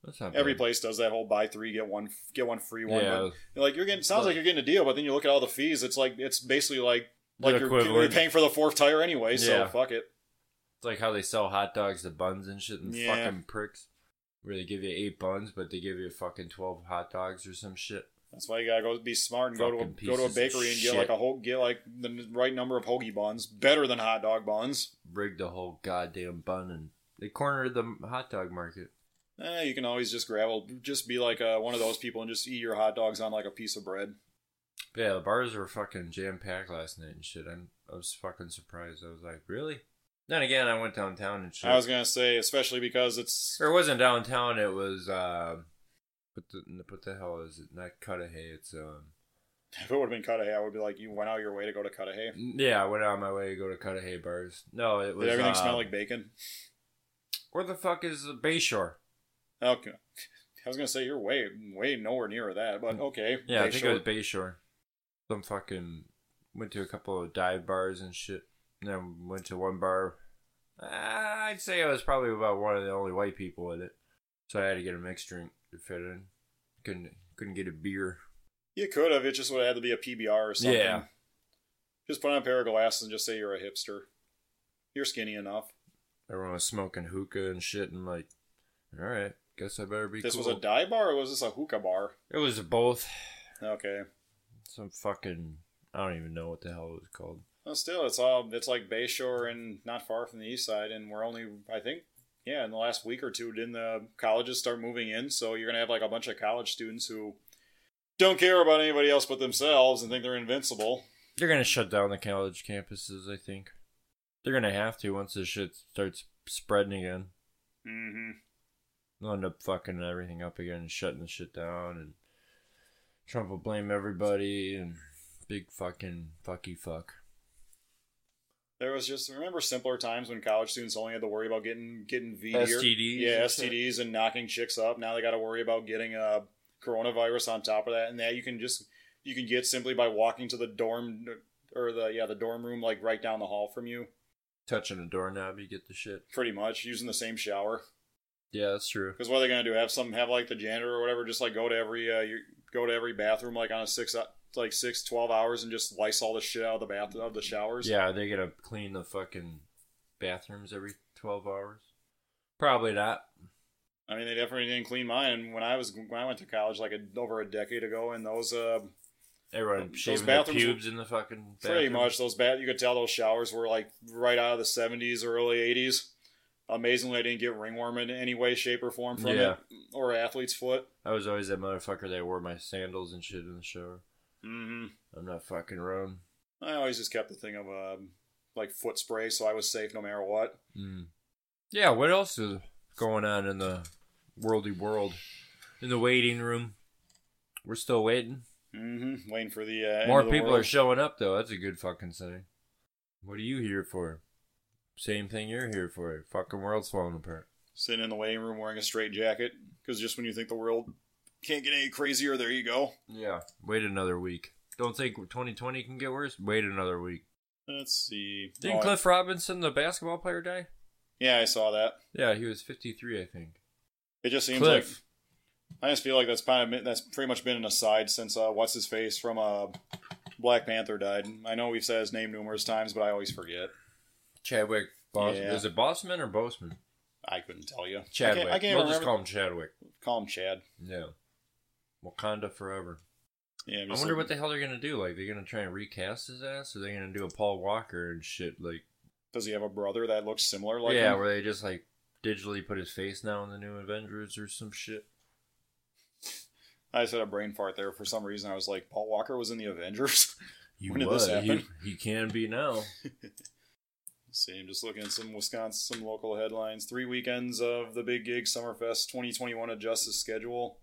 [SPEAKER 2] that's not
[SPEAKER 1] Every
[SPEAKER 2] bad.
[SPEAKER 1] place does that whole buy three get one get one free one.
[SPEAKER 2] Yeah,
[SPEAKER 1] but, you're like you're getting sounds like you're getting a deal, but then you look at all the fees. It's like it's basically like
[SPEAKER 2] They're
[SPEAKER 1] like you're,
[SPEAKER 2] equivalent.
[SPEAKER 1] you're paying for the fourth tire anyway. So
[SPEAKER 2] Yeah.
[SPEAKER 1] fuck it.
[SPEAKER 2] it's like how they sell hot dogs, the buns and shit, and
[SPEAKER 1] Yeah.
[SPEAKER 2] fucking pricks. Where they give you eight buns, but they give you fucking twelve hot dogs or some shit.
[SPEAKER 1] That's why you gotta go be smart and go to
[SPEAKER 2] Fucking
[SPEAKER 1] a, go to a
[SPEAKER 2] pieces of
[SPEAKER 1] bakery and get like
[SPEAKER 2] shit.
[SPEAKER 1] a whole get like the right number of hoagie buns, better than hot dog buns.
[SPEAKER 2] Rigged the whole goddamn bun, and they cornered the hot dog market.
[SPEAKER 1] Eh, you can always just grab a, just be like uh one of those people and just eat your hot dogs on like a piece of bread.
[SPEAKER 2] But yeah, the bars were fucking jam packed last night and shit. I'm, I was fucking surprised. I was like, really? Then again, I went downtown and shit.
[SPEAKER 1] I was gonna say, especially because it's
[SPEAKER 2] Or it wasn't downtown. It was uh, what the what the hell is it? Not Cudahy. It's um,
[SPEAKER 1] if it would have been Cudahy, I would be like, you went out of your way to go to Cudahy.
[SPEAKER 2] yeah. I went out of my way to go to Cudahy bars. No, it was.
[SPEAKER 1] Did everything
[SPEAKER 2] uh,
[SPEAKER 1] smell like bacon?
[SPEAKER 2] Where the fuck is the Bayshore?
[SPEAKER 1] Okay. I was gonna say you're way, way nowhere near that, but okay.
[SPEAKER 2] Yeah, I
[SPEAKER 1] Bay
[SPEAKER 2] think
[SPEAKER 1] Shore.
[SPEAKER 2] it was Bayshore. Some fucking went to a couple of dive bars and shit. And then went to one bar Uh, I'd say I was probably about one of the only white people in it, so I had to get a mixed drink to fit in. Couldn't couldn't get a beer.
[SPEAKER 1] You could have. It just would have had to be a PBR or something.
[SPEAKER 2] Yeah.
[SPEAKER 1] Just put on a pair of glasses and just say you're a hipster. You're skinny enough.
[SPEAKER 2] Everyone was smoking hookah and shit, and like, all right, guess I better be.
[SPEAKER 1] this
[SPEAKER 2] cool.
[SPEAKER 1] was a dye bar or was this a hookah bar?
[SPEAKER 2] It was both.
[SPEAKER 1] Okay.
[SPEAKER 2] Some fucking. I don't even know what the hell it was called.
[SPEAKER 1] Well, still, it's all it's like Bayshore and not far from the east side, and we're only I think yeah in the last week or two didn't the colleges start moving in, so you're gonna have like a bunch of college students who don't care about anybody else but themselves and think they're invincible.
[SPEAKER 2] They're gonna shut down the college campuses. I think they're gonna have to once this shit starts spreading again.
[SPEAKER 1] Mm-hmm.
[SPEAKER 2] They'll end up fucking everything up again and shutting the shit down, and Trump will blame everybody and big fucking fucky fuck.
[SPEAKER 1] There was just remember simpler times when college students only had to worry about getting getting V
[SPEAKER 2] STDs
[SPEAKER 1] yeah,
[SPEAKER 2] and shit.
[SPEAKER 1] STDs and knocking chicks up. Now they got to worry about getting uh, coronavirus on top of that, and that you can just you can get simply by walking to the dorm or the yeah the dorm room like right down the hall from you,
[SPEAKER 2] Touching a doorknob, you get the shit.
[SPEAKER 1] pretty much using the same shower.
[SPEAKER 2] Yeah, that's true.
[SPEAKER 1] Because what are they gonna do? Have some have like the janitor or whatever just like go to every uh, your, go to every bathroom like on a six uh, like six twelve hours and just lice all the shit out of the bath of the showers.
[SPEAKER 2] Yeah, are they gonna clean the fucking bathrooms every twelve hours? Probably not.
[SPEAKER 1] I mean, they definitely didn't clean mine. And when I was when I went to college, like a, over a decade ago, and those uh,
[SPEAKER 2] Everyone
[SPEAKER 1] Those
[SPEAKER 2] shaving their
[SPEAKER 1] bathrooms-
[SPEAKER 2] pubes in the fucking bathroom.
[SPEAKER 1] pretty much those bad, you could tell those showers were like right out of the seventies, early eighties. Amazingly, I didn't get ringworm in any way, shape, or form from
[SPEAKER 2] Yeah.
[SPEAKER 1] it, or athlete's foot.
[SPEAKER 2] I was always that motherfucker that wore my sandals and shit in the shower.
[SPEAKER 1] hmm
[SPEAKER 2] I'm not fucking around.
[SPEAKER 1] I always just kept the thing of um, like foot spray, so I was safe no matter what.
[SPEAKER 2] Mm. Yeah, what else is going on in the worldy world? In the waiting room, we're still waiting.
[SPEAKER 1] hmm Waiting for the uh, end
[SPEAKER 2] More
[SPEAKER 1] of the
[SPEAKER 2] people
[SPEAKER 1] world.
[SPEAKER 2] are showing up though. That's a good fucking sign. What are you here for? Same thing you're here for. Fucking world's falling apart.
[SPEAKER 1] sitting in the waiting room wearing a straight jacket because just when you think the world can't get any crazier, there you go.
[SPEAKER 2] Yeah. Wait another week. Don't think 2020 can get worse. Wait another week.
[SPEAKER 1] Let's see.
[SPEAKER 2] Didn't
[SPEAKER 1] Oh, I-
[SPEAKER 2] Cliff Robinson, the basketball player, die?
[SPEAKER 1] yeah, I saw that.
[SPEAKER 2] Yeah, he was 53, I think.
[SPEAKER 1] It just seems
[SPEAKER 2] Cliff.
[SPEAKER 1] like I just feel like that's kind of that's pretty much been an aside since uh, what's his face from uh, Black Panther died. I know we've said his name numerous times, but I always forget.
[SPEAKER 2] Chadwick Bos-
[SPEAKER 1] Yeah.
[SPEAKER 2] Is it Bossman or Boseman?
[SPEAKER 1] I couldn't tell you.
[SPEAKER 2] Chadwick.
[SPEAKER 1] I can't, I can't
[SPEAKER 2] we'll
[SPEAKER 1] remember.
[SPEAKER 2] just call him Chadwick.
[SPEAKER 1] Call him Chad.
[SPEAKER 2] Yeah. Wakanda forever.
[SPEAKER 1] Yeah,
[SPEAKER 2] I wonder what the hell they're gonna do. Like, they're gonna try and recast his ass, or they're gonna do a Paul Walker and shit. Like,
[SPEAKER 1] does he have a brother that looks similar like
[SPEAKER 2] yeah,
[SPEAKER 1] him?
[SPEAKER 2] where they just like digitally put his face now in the new Avengers or some shit.
[SPEAKER 1] I just had a brain fart there for some reason. I was like, Paul Walker was in the Avengers.
[SPEAKER 2] He
[SPEAKER 1] When did this
[SPEAKER 2] would.
[SPEAKER 1] happen?
[SPEAKER 2] He, he can be now.
[SPEAKER 1] See, I'm just looking at some Wisconsin, some local headlines. Three weekends of the Big Gig Summerfest 2021 adjusts the schedule.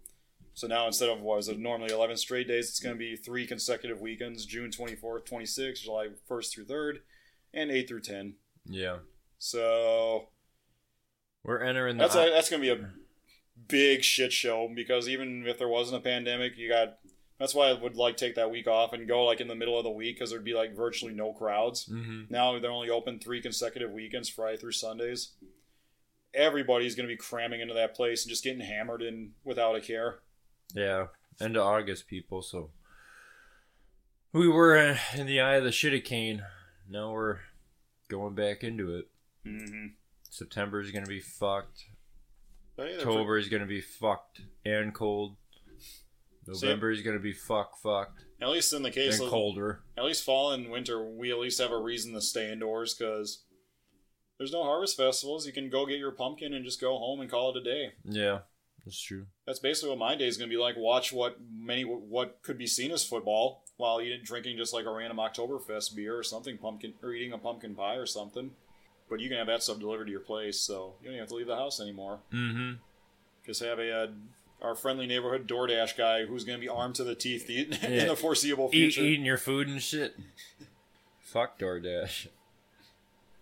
[SPEAKER 1] So now instead of what is it normally 11 straight days, it's going to be three consecutive weekends: June 24th, 26th, July 1st through 3rd, and 8 through 10.
[SPEAKER 2] Yeah.
[SPEAKER 1] So
[SPEAKER 2] We're entering the.
[SPEAKER 1] that's a, that's going to be a big shit show because even if there wasn't a pandemic, you got. That's why I would like take that week off and go like in the middle of the week because there'd be like virtually no crowds.
[SPEAKER 2] hmm
[SPEAKER 1] Now they're only open three consecutive weekends, Friday through Sundays. Everybody's going to be cramming into that place and just getting hammered in without a care.
[SPEAKER 2] Yeah, end of August, people. So we were uh, in the eye of the shitty cane. Now we're going back into it.
[SPEAKER 1] Mm-hmm.
[SPEAKER 2] September is gonna be fucked. October is gonna be fucked and cold.
[SPEAKER 1] See-
[SPEAKER 2] November is gonna be fuck fucked
[SPEAKER 1] At least in the case
[SPEAKER 2] and
[SPEAKER 1] of
[SPEAKER 2] colder.
[SPEAKER 1] at least fall and winter, we at least have a reason to stay indoors because there's no harvest festivals. You can go get your pumpkin and just go home and call it a day.
[SPEAKER 2] Yeah, that's true.
[SPEAKER 1] That's basically what my day is going to be like. Watch what many what could be seen as football while eating drinking just like a random Oktoberfest beer or something pumpkin or eating a pumpkin pie or something. But you can have that stuff delivered to your place, so you don't even have to leave the house anymore.
[SPEAKER 2] Mm-hmm.
[SPEAKER 1] Just have a uh, our friendly neighborhood DoorDash guy who's going to be armed to the teeth (laughs) the- in
[SPEAKER 2] Yeah.
[SPEAKER 1] the foreseeable
[SPEAKER 2] Eat,
[SPEAKER 1] future.
[SPEAKER 2] E-, eating your food and shit. Fuck DoorDash.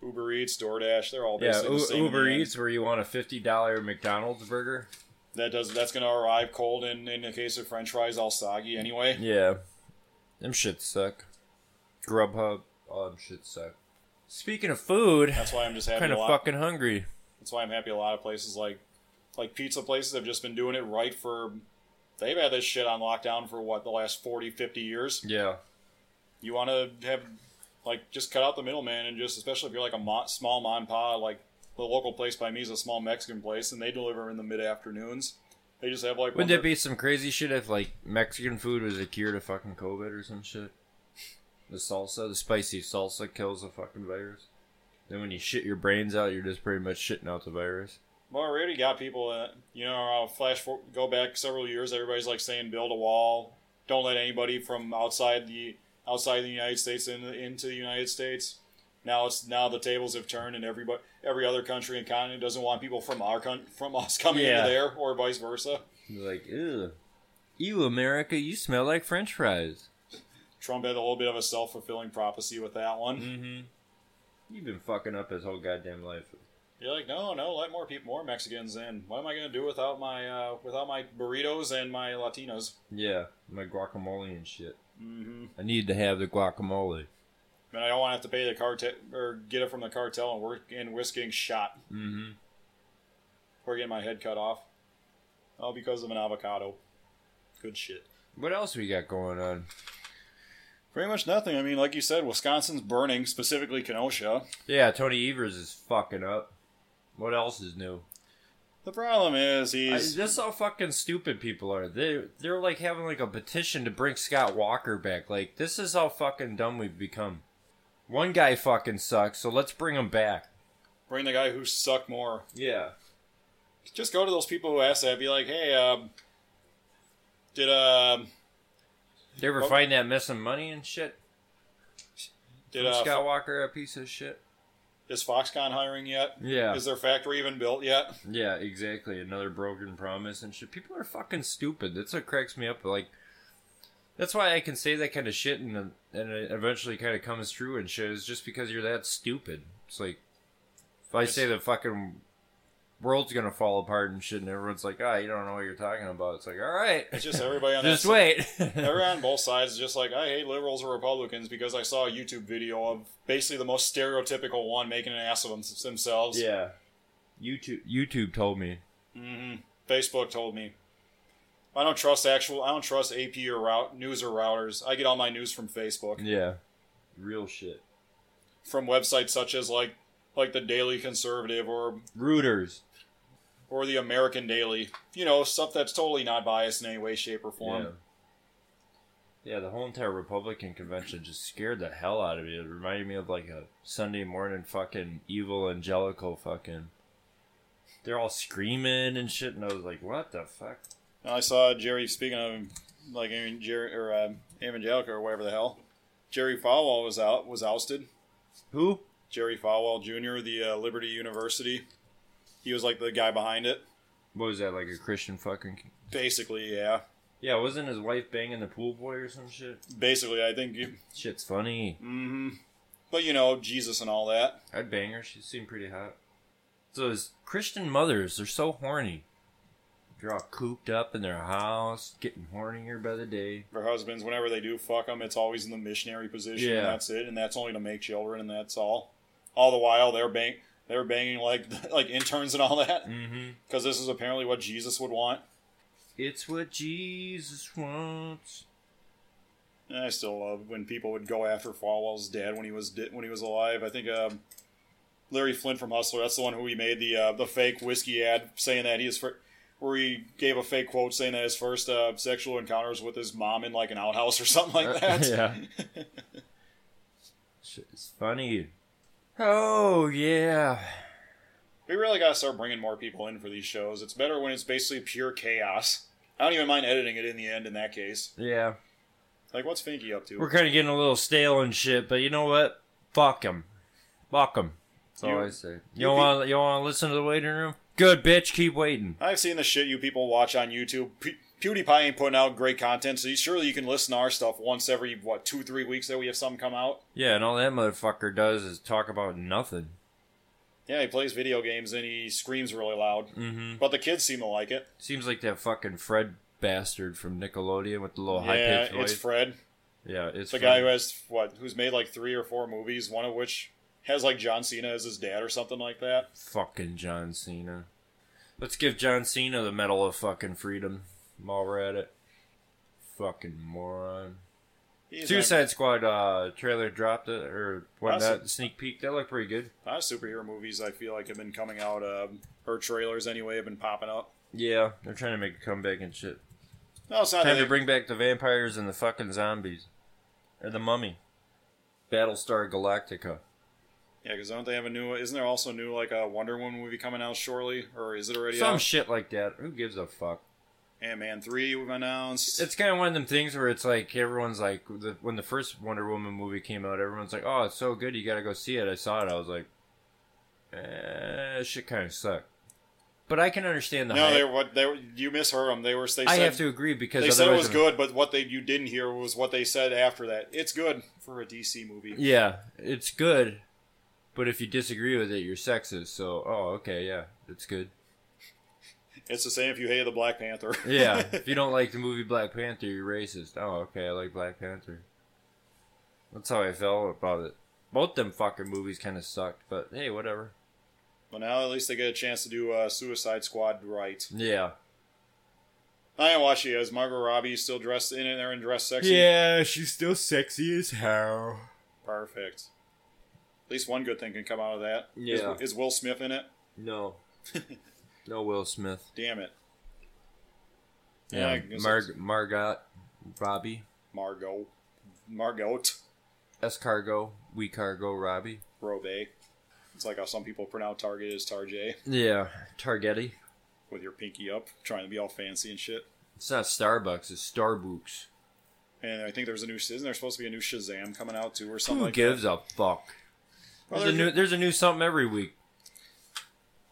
[SPEAKER 1] Uber Eats, DoorDash, they're all
[SPEAKER 2] Yeah,
[SPEAKER 1] basically the
[SPEAKER 2] U-
[SPEAKER 1] same in
[SPEAKER 2] Uber
[SPEAKER 1] the end.
[SPEAKER 2] Eats, where you want a fifty dollar McDonald's burger.
[SPEAKER 1] That does that's going to arrive cold and in the case of French fries, all soggy anyway.
[SPEAKER 2] Yeah. Them shit suck. Grubhub, all them shit suck. Speaking of food,
[SPEAKER 1] That's why I'm just happy.
[SPEAKER 2] kind
[SPEAKER 1] A
[SPEAKER 2] of
[SPEAKER 1] lot.
[SPEAKER 2] fucking hungry.
[SPEAKER 1] That's why I'm happy. A lot of places like like pizza places have just been doing it right for. They've had this shit on lockdown for what the last 40, 50 years.
[SPEAKER 2] Yeah.
[SPEAKER 1] You want to have like just cut out the middleman and just especially if you're like a mo- small mom and pa like the local place by me is a small Mexican place and they deliver in the mid afternoons. They just have like
[SPEAKER 2] Wouldn't
[SPEAKER 1] one-
[SPEAKER 2] that be some crazy shit if like Mexican food was a cure to fucking COVID or some shit? The salsa, the spicy salsa kills the fucking virus. Then when you shit your brains out, you're just pretty much shitting out the virus.
[SPEAKER 1] Well, we already got people. That, you know, I'll flash for, go back several years. Everybody's like saying, build a wall. Don't let anybody from outside the outside the United States in, into the United States. Now it's now the tables have turned, and everybody every other country and continent doesn't want people from our coun- from us (laughs) coming
[SPEAKER 2] Yeah.
[SPEAKER 1] into there, or vice versa.
[SPEAKER 2] You're like, ew. Ew, America, you smell like french fries.
[SPEAKER 1] Trump had a little bit of a self fulfilling prophecy with that one.
[SPEAKER 2] Mm hmm. You've been fucking up his whole goddamn life.
[SPEAKER 1] You're like, no, no, let more people, more Mexicans in. What am I going to do without my uh, without my burritos and my Latinos?
[SPEAKER 2] Yeah, my guacamole and shit.
[SPEAKER 1] Mm-hmm.
[SPEAKER 2] I need to have the guacamole.
[SPEAKER 1] And I don't want to have to pay the cartel or get it from the cartel and work and risk getting shot
[SPEAKER 2] Mm hmm.
[SPEAKER 1] or getting my head cut off. All because of an avocado. Good shit.
[SPEAKER 2] What else we got going on?
[SPEAKER 1] Pretty much nothing. I mean, like you said, Wisconsin's burning, specifically Kenosha.
[SPEAKER 2] Yeah, Tony Evers is fucking up. What else is new?
[SPEAKER 1] The problem is
[SPEAKER 2] I,
[SPEAKER 1] he's
[SPEAKER 2] that's how fucking stupid people are. They they're like having like a petition to bring Scott Walker back. Like this is how fucking dumb we've become. One guy fucking sucks, so let's bring him back.
[SPEAKER 1] bring the guy who sucked more.
[SPEAKER 2] Yeah.
[SPEAKER 1] Just go to those people who ask that. Be like, hey, um, did uh,
[SPEAKER 2] Did you ever
[SPEAKER 1] Oh.
[SPEAKER 2] find that missing money and shit?
[SPEAKER 1] did
[SPEAKER 2] From
[SPEAKER 1] uh,
[SPEAKER 2] Scott Walker a piece of shit?
[SPEAKER 1] is Foxconn hiring yet?
[SPEAKER 2] Yeah.
[SPEAKER 1] Is their factory even built yet?
[SPEAKER 2] Yeah, exactly. Another broken promise and shit. People are fucking stupid. That's what cracks me up. Like, that's why I can say that kind of shit and uh, and it eventually kind of comes true and shit. Is just because you're that stupid. It's like if I say the fucking world's gonna fall apart and shit, and everyone's like, "Ah, you don't know what you're talking about." It's like, all right,
[SPEAKER 1] It's
[SPEAKER 2] (laughs)
[SPEAKER 1] just everybody on that
[SPEAKER 2] just
[SPEAKER 1] side-
[SPEAKER 2] wait. (laughs)
[SPEAKER 1] Everyone on both sides is just like, I hate liberals or Republicans because I saw a YouTube video of basically the most stereotypical one making an ass of them, themselves.
[SPEAKER 2] yeah, YouTube. YouTube told me.
[SPEAKER 1] hmm Facebook told me. I don't trust actual. I don't trust AP or route news or routers. I get all my news from Facebook,
[SPEAKER 2] Yeah, real shit.
[SPEAKER 1] from websites such as like like the Daily Conservative or
[SPEAKER 2] Rooters.
[SPEAKER 1] or the American Daily. You know, stuff that's totally not biased in any way, shape, or form.
[SPEAKER 2] Yeah, the whole entire Republican convention just scared the hell out of me. It reminded me of like a Sunday morning fucking evil angelical fucking. They're all screaming and shit, and I was like, "What the fuck?"
[SPEAKER 1] And I saw Jerry speaking of like I mean, Jerry or uh, Evangelica or whatever the hell. Jerry Falwell was out was ousted.
[SPEAKER 2] Who?
[SPEAKER 1] Jerry Falwell Jr. the uh, Liberty University. He was like the guy behind it.
[SPEAKER 2] What was that? Like a Christian fucking?
[SPEAKER 1] Basically, yeah.
[SPEAKER 2] Yeah, wasn't his wife banging the pool boy or some shit?
[SPEAKER 1] Basically, I think. You,
[SPEAKER 2] Shit's funny.
[SPEAKER 1] hmm But you know Jesus and all that.
[SPEAKER 2] I'd bang her. She seemed pretty hot. So his Christian mothers, they're so horny. They're all cooped up in their house, getting hornier by the day.
[SPEAKER 1] Their husbands, whenever they do fuck them, it's always in the missionary position.
[SPEAKER 2] Yeah.
[SPEAKER 1] And that's it, and that's only to make children, and that's all. All the while they're bang they're banging like (laughs) like interns and all that
[SPEAKER 2] Mm-hmm.
[SPEAKER 1] because this is apparently what Jesus would want.
[SPEAKER 2] It's what Jesus wants.
[SPEAKER 1] And I still love when people would go after Falwell's dad when he was di- when he was alive. I think um, Larry Flint from Hustler. That's the one who he made the uh, the fake whiskey ad saying that he is for. Where he gave a fake quote saying that his first uh, sexual encounters with his mom in like an outhouse or (laughs) something like
[SPEAKER 2] Uh,
[SPEAKER 1] that.
[SPEAKER 2] (laughs) yeah. Shit, It's funny. Oh yeah.
[SPEAKER 1] (laughs) We really gotta start bringing more people in for these shows. It's better when it's basically pure chaos. I don't even mind editing it in the end. In that case,
[SPEAKER 2] Yeah.
[SPEAKER 1] like what's Finky up to?
[SPEAKER 2] We're kind of getting a little stale and shit, but you know what? Fuck him. Fuck him. That's all
[SPEAKER 1] You-
[SPEAKER 2] I say.
[SPEAKER 1] you
[SPEAKER 2] You want you want to listen to the waiting room? Good bitch, keep waiting.
[SPEAKER 1] I've seen the shit you people watch on YouTube. Pe- PewDiePie ain't putting out great content, so you, surely you can listen to our stuff once every what two three weeks that we have something come out.
[SPEAKER 2] Yeah, and all that motherfucker does is talk about nothing.
[SPEAKER 1] Yeah, he plays video games and he screams really loud,
[SPEAKER 2] Mm-hmm.
[SPEAKER 1] but the kids seem to like it.
[SPEAKER 2] Seems like that fucking Fred bastard from Nickelodeon with the little high
[SPEAKER 1] yeah,
[SPEAKER 2] pitched
[SPEAKER 1] it's
[SPEAKER 2] voice.
[SPEAKER 1] Fred,
[SPEAKER 2] yeah, it's
[SPEAKER 1] the
[SPEAKER 2] Fred.
[SPEAKER 1] guy who has what who's made like three or four movies, one of which has like John Cena as his dad or something like that.
[SPEAKER 2] Fucking John Cena. Let's give John Cena the Medal of fucking Freedom while we're at it. Fucking moron.
[SPEAKER 1] He's
[SPEAKER 2] Suicide Squad uh, trailer dropped it or what
[SPEAKER 1] Awesome.
[SPEAKER 2] that sneak peek. That looked pretty good.
[SPEAKER 1] A lot of superhero movies I feel like have been coming out, um, or trailers anyway, have been popping up.
[SPEAKER 2] Yeah, they're trying to make a comeback and shit.
[SPEAKER 1] No, it's not.
[SPEAKER 2] Time
[SPEAKER 1] that
[SPEAKER 2] to
[SPEAKER 1] Oh, They,
[SPEAKER 2] bring back the vampires and the fucking zombies, or the mummy, Battlestar Galactica.
[SPEAKER 1] yeah, because don't they have a new? Isn't there also a new like a Wonder Woman movie coming out shortly, or is it already
[SPEAKER 2] Some
[SPEAKER 1] out?
[SPEAKER 2] shit like that. Who gives a fuck?
[SPEAKER 1] Ant Man three we've announced.
[SPEAKER 2] It's kind of one of them things where it's like everyone's like, the, when the first Wonder Woman movie came out, everyone's like, "Oh, it's so good, you gotta go see it." I saw it, I was like, eh, "Shit, kind of sucked." But I can understand the
[SPEAKER 1] no,
[SPEAKER 2] hype.
[SPEAKER 1] they were what they were- you misheard them. They were they
[SPEAKER 2] I
[SPEAKER 1] said
[SPEAKER 2] have to agree because
[SPEAKER 1] they said it
[SPEAKER 2] otherwise
[SPEAKER 1] was
[SPEAKER 2] I'm-
[SPEAKER 1] good, but what they you didn't hear was what they said after that. It's good for a DC movie.
[SPEAKER 2] Yeah, it's good, but if you disagree with it, you're sexist. So, oh, okay, yeah, it's good.
[SPEAKER 1] It's the same if you hated the Black Panther. (laughs)
[SPEAKER 2] Yeah, if you don't like the movie Black Panther, you're racist. Oh, okay, I like Black Panther. That's how I felt about it. Both them fucking movies kind of sucked, but hey, whatever.
[SPEAKER 1] but now at least they get a chance to do uh, Suicide Squad right.
[SPEAKER 2] Yeah.
[SPEAKER 1] I didn't watch it. Is Margot Robbie still dressed in there and dressed sexy?
[SPEAKER 2] Yeah, she's still sexy as hell.
[SPEAKER 1] Perfect. At least one good thing can come out of that. Is-
[SPEAKER 2] Yeah.
[SPEAKER 1] Is, Will Smith in it?
[SPEAKER 2] No. (laughs) no Will Smith.
[SPEAKER 1] Damn it. Yeah, I
[SPEAKER 2] Yeah,
[SPEAKER 1] guess
[SPEAKER 2] Marg- Margot, Robbie,
[SPEAKER 1] Margot. Margot.
[SPEAKER 2] Escargo, We Cargo, Robbie.
[SPEAKER 1] Robe. It's like how some people pronounce Target as Tarjay
[SPEAKER 2] Yeah, Targetti.
[SPEAKER 1] with your pinky up, trying to be all fancy and shit.
[SPEAKER 2] It's not Starbucks, it's Starbucks.
[SPEAKER 1] And I think there's a new, isn't there supposed to be a new Shazam coming out too or something
[SPEAKER 2] Who
[SPEAKER 1] like
[SPEAKER 2] gives a fuck?
[SPEAKER 1] Well,
[SPEAKER 2] There's a new
[SPEAKER 1] there's-
[SPEAKER 2] there's a new something every week.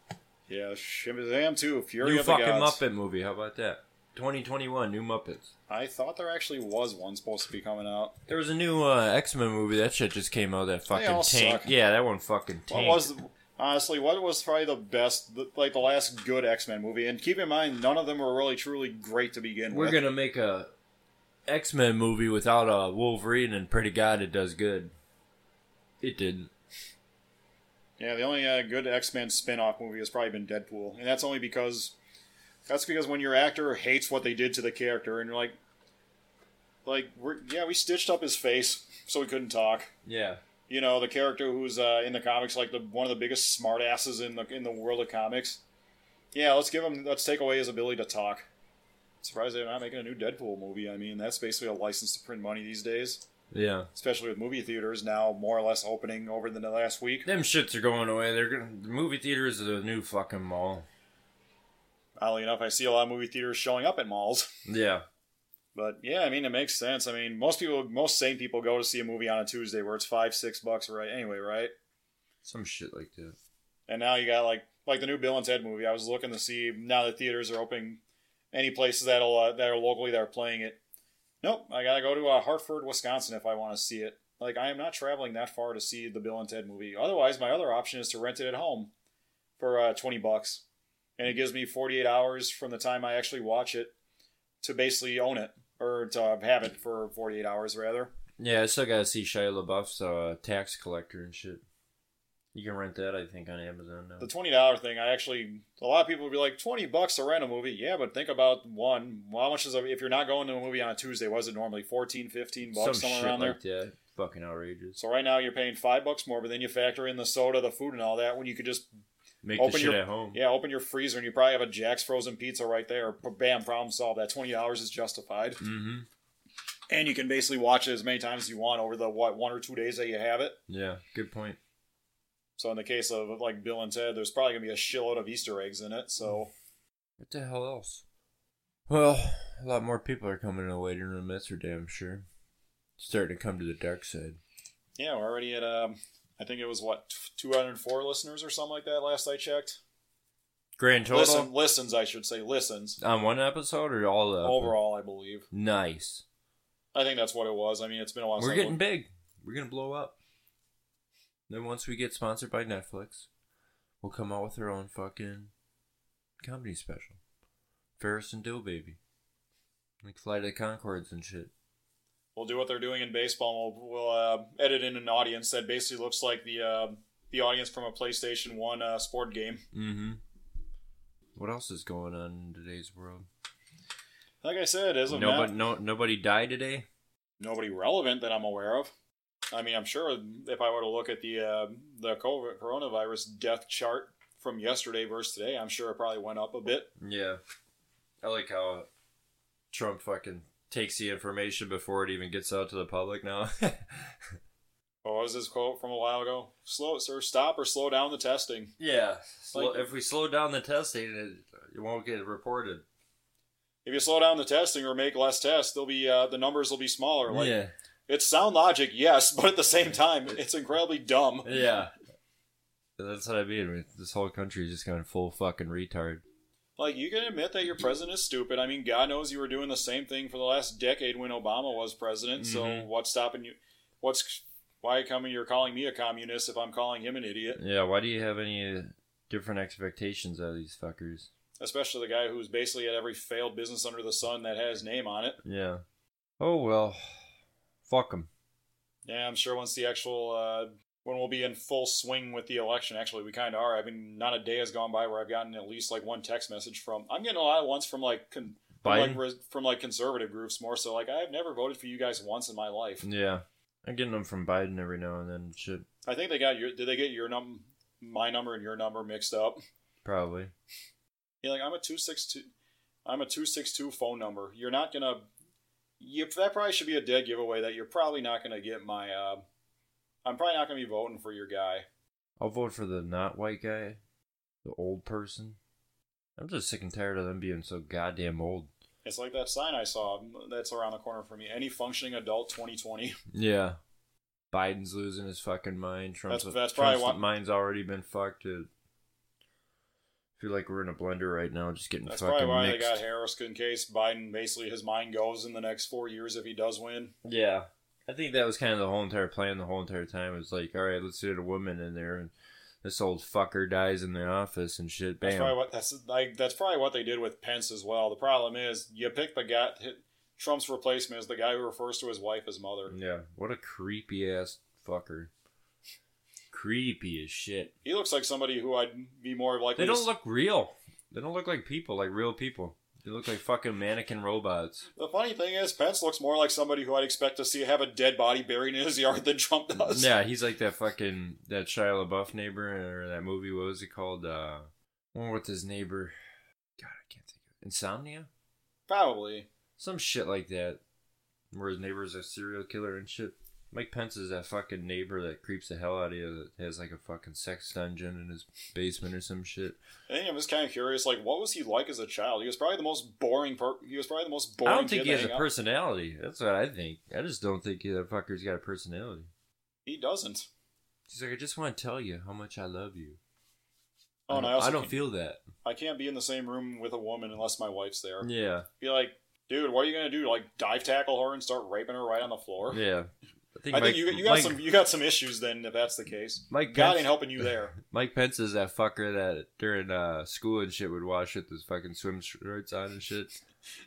[SPEAKER 1] that? Yeah, Shazam too. Fury
[SPEAKER 2] new
[SPEAKER 1] of the
[SPEAKER 2] fucking
[SPEAKER 1] Gods.
[SPEAKER 2] Muppet movie. How about that? 2021 new Muppets.
[SPEAKER 1] I thought there actually was one supposed to be coming out.
[SPEAKER 2] There was a new uh, X Men movie. That shit just came out. That fucking
[SPEAKER 1] all
[SPEAKER 2] tank.
[SPEAKER 1] suck.
[SPEAKER 2] Yeah, that one fucking
[SPEAKER 1] What
[SPEAKER 2] tank.
[SPEAKER 1] was honestly what was probably the best, the- like the last good X Men movie? And keep in mind, none of them were really truly great to begin
[SPEAKER 2] We're
[SPEAKER 1] with.
[SPEAKER 2] gonna make a X Men movie without a Wolverine, and pretty god, it does good. It didn't.
[SPEAKER 1] Yeah, the only uh, good X Men spin off movie has probably been Deadpool, and that's only because that's because when your actor hates what they did to the character, and you're like, like we're yeah, we stitched up his face so he couldn't talk.
[SPEAKER 2] Yeah.
[SPEAKER 1] You know, the character who's uh, in the comics, like the one of the biggest smartasses in the in the world of comics. Yeah, let's give him. Let's take away his ability to talk. Surprised they're not making a new Deadpool movie. I mean, that's basically a license to print money these days,
[SPEAKER 2] Yeah.
[SPEAKER 1] especially with movie theaters now more or less opening over the last week.
[SPEAKER 2] Them shits are going away. They're gonna the movie theaters are the new fucking mall.
[SPEAKER 1] oddly enough, I see a lot of movie theaters showing up at malls. (laughs)
[SPEAKER 2] Yeah.
[SPEAKER 1] But yeah, I mean, it makes sense. I mean, most people, most sane people go to see a movie on a Tuesday where it's five, six bucks, right? Anyway, right?
[SPEAKER 2] Some shit like that.
[SPEAKER 1] And now you got like, like the new Bill and Ted movie. I was looking to see now that theaters are opening, any places that'll uh, that are locally that are playing it. Nope, I gotta go to uh, Hartford, Wisconsin, if I want to see it. Like, I am not traveling that far to see the Bill and Ted movie. Otherwise, my other option is to rent it at home for uh, twenty bucks, and it gives me forty eight hours from the time I actually watch it to basically own it or to have it for forty eight hours rather.
[SPEAKER 2] Yeah, I still gotta see Shia LaBeouf's uh, tax collector and shit. You can rent that, I think, on Amazon now.
[SPEAKER 1] The twenty dollar thing, I actually a lot of people would be like twenty bucks to rent a movie. Yeah, but think about one. Well, how much is a, if you're not going to a movie on a Tuesday? Was it normally 14, 15 bucks
[SPEAKER 2] Some shit
[SPEAKER 1] somewhere around there?
[SPEAKER 2] like that. Fucking outrageous.
[SPEAKER 1] So right now you're paying five bucks more, but then you factor in the soda, the food, and all that. When you could just
[SPEAKER 2] Make
[SPEAKER 1] Open
[SPEAKER 2] the shit
[SPEAKER 1] your-
[SPEAKER 2] at home.
[SPEAKER 1] yeah, open your freezer and you probably have a Jack's frozen pizza right there. Bam, problem solved. That twenty dollars is justified,
[SPEAKER 2] Mm-hmm.
[SPEAKER 1] and you can basically watch it as many times as you want over the what one or two days that you have it.
[SPEAKER 2] Yeah, good point.
[SPEAKER 1] So in the case of like Bill and Ted, there's probably gonna be a shitload of Easter eggs in it. So
[SPEAKER 2] What the hell else? Well, a lot more people are coming in the waiting room, that's for damn sure. Starting to come to the dark side.
[SPEAKER 1] Yeah, we're already at um, I think it was what t- 204 listeners or something like that last I checked.
[SPEAKER 2] Grand total?
[SPEAKER 1] Listen, listens, I should say listens.
[SPEAKER 2] On one episode or all the
[SPEAKER 1] Overall, I believe.
[SPEAKER 2] Nice.
[SPEAKER 1] I think that's what it was. I mean, it's been a while. since
[SPEAKER 2] We're
[SPEAKER 1] I
[SPEAKER 2] getting
[SPEAKER 1] looked.
[SPEAKER 2] big. We're gonna blow up. Then once we get sponsored by Netflix, we'll come out with our own fucking comedy special. Ferris and Dill Baby. Like Flight of the Concords and shit.
[SPEAKER 1] We'll do what they're doing in baseball. And we'll, we'll uh, edit in an audience that basically looks like the uh, the audience from a PlayStation One uh, sport game.
[SPEAKER 2] Mm-hmm. What else is going on in today's world?
[SPEAKER 1] Like I said, as of now,
[SPEAKER 2] Nobody, no, nobody died today.
[SPEAKER 1] nobody relevant that I'm aware of. I mean, I'm sure if I were to look at the uh, the COVID, coronavirus death chart from yesterday versus today, I'm sure it probably went up a bit.
[SPEAKER 2] Yeah, I like how Trump fucking takes the information before it even gets out to the public now. (laughs)
[SPEAKER 1] What was his quote from a while ago? Slow, sir, stop or slow down the testing.
[SPEAKER 2] yeah, slow,
[SPEAKER 1] Like-
[SPEAKER 2] if we slow down the testing, it, it won't get reported.
[SPEAKER 1] If you slow down the testing or make less tests, they'll be uh, the numbers will be smaller. Like it's sound logic, yes, (laughs) but at the same time, it's incredibly dumb.
[SPEAKER 2] yeah. That's what I mean. I mean, This whole country is just going full fucking retard.
[SPEAKER 1] Like you can admit that your president is stupid. I mean, God knows you were doing the same thing for the last decade when Obama was president. So
[SPEAKER 2] Mhm.
[SPEAKER 1] what's stopping you? What's why coming? You're calling me a communist if I'm calling him an idiot,
[SPEAKER 2] Yeah, why do you have any different expectations out of these fuckers?
[SPEAKER 1] especially the guy who's basically at every failed business under the sun that had his name on it.
[SPEAKER 2] Yeah. Oh well. Fuck them.
[SPEAKER 1] Yeah, I'm sure once the actual uh, when we'll be in full swing with the election. Actually, we kind of are. I mean, not a day has gone by where I've gotten at least like one text message from. I'm getting a lot of ones from like con- from
[SPEAKER 2] Biden.
[SPEAKER 1] like, res- from like conservative groups more. So like I've never voted for you guys once in my life.
[SPEAKER 2] yeah, I'm getting them from Biden every now and then. Shit,
[SPEAKER 1] I think they got your. Did they get your num, my number and your number mixed up?
[SPEAKER 2] probably.
[SPEAKER 1] You're like, I'm a two six two, I'm a two six two phone number. You're not gonna. You, that probably should be a dead giveaway that you're probably not gonna get my. Uh, I'm probably not gonna be voting for your guy.
[SPEAKER 2] I'll vote for the not white guy, the old person. I'm just sick and tired of them being so goddamn old.
[SPEAKER 1] It's like that sign I saw that's around the corner from me. Any functioning adult
[SPEAKER 2] (laughs)
[SPEAKER 1] 2020.
[SPEAKER 2] Yeah. Biden's losing his fucking mind. Trump's,
[SPEAKER 1] That's- that's probably
[SPEAKER 2] Trump's
[SPEAKER 1] why-
[SPEAKER 2] mind's already been fucked. It- I feel like we're in a blender right now, just getting
[SPEAKER 1] That's probably
[SPEAKER 2] fucking
[SPEAKER 1] why
[SPEAKER 2] mixed.
[SPEAKER 1] they got Harris in case Biden basically his mind goes in the next four years if he does win.
[SPEAKER 2] Yeah. I think that was kind of the whole entire plan the whole entire time. It was like, all right, let's get a woman in there, and this old fucker dies in the office and shit.
[SPEAKER 1] That's probably
[SPEAKER 2] Bam.
[SPEAKER 1] what that's like. That's probably what they did with Pence as well. The problem is you pick the guy. Trump's replacement is the guy who refers to his wife as mother.
[SPEAKER 2] Yeah. What a creepy ass fucker. Creepy as shit.
[SPEAKER 1] He looks like somebody who I'd be more likely.
[SPEAKER 2] They
[SPEAKER 1] to
[SPEAKER 2] don't
[SPEAKER 1] s-
[SPEAKER 2] look real. They don't look like people, like real people. They look like fucking mannequin robots.
[SPEAKER 1] The funny thing is, Pence looks more like somebody who I'd expect to see have a dead body buried in his yard than Trump does.
[SPEAKER 2] Yeah, he's like that fucking that Shia LaBeouf neighbor or that movie. What was it called? Uh, one with his neighbor. God, I can't think of it. Insomnia.
[SPEAKER 1] Probably.
[SPEAKER 2] Some shit like that, where his neighbor's a serial killer and shit. Mike Pence is that fucking neighbor that creeps the hell out of you that has like a fucking sex dungeon in his basement or some shit.
[SPEAKER 1] I think I'm just kind of curious, like, what was he like as a child? He was probably the most boring. Per- he was probably the most boring.
[SPEAKER 2] I don't think
[SPEAKER 1] kid
[SPEAKER 2] he
[SPEAKER 1] to
[SPEAKER 2] has a
[SPEAKER 1] hang out-
[SPEAKER 2] personality. That's what I think. I just don't think that fucker's got a personality.
[SPEAKER 1] He doesn't.
[SPEAKER 2] She's like, I just want to tell you how much I love you.
[SPEAKER 1] Oh,
[SPEAKER 2] I
[SPEAKER 1] and I
[SPEAKER 2] don't,
[SPEAKER 1] also
[SPEAKER 2] I don't
[SPEAKER 1] can't,
[SPEAKER 2] feel that.
[SPEAKER 1] I can't be in the same room with a woman unless my wife's there.
[SPEAKER 2] Yeah,
[SPEAKER 1] Be like, dude, what are you gonna do? Like, dive tackle her and start raping her right on the floor?
[SPEAKER 2] yeah.
[SPEAKER 1] I think
[SPEAKER 2] Mike-
[SPEAKER 1] you, you got
[SPEAKER 2] Mike-
[SPEAKER 1] some you got some issues then if that's the case.
[SPEAKER 2] Mike
[SPEAKER 1] God
[SPEAKER 2] Pence,
[SPEAKER 1] ain't helping you there. (laughs)
[SPEAKER 2] Mike Pence is that fucker that during uh, school and shit would wash with his fucking swim shorts on and shit.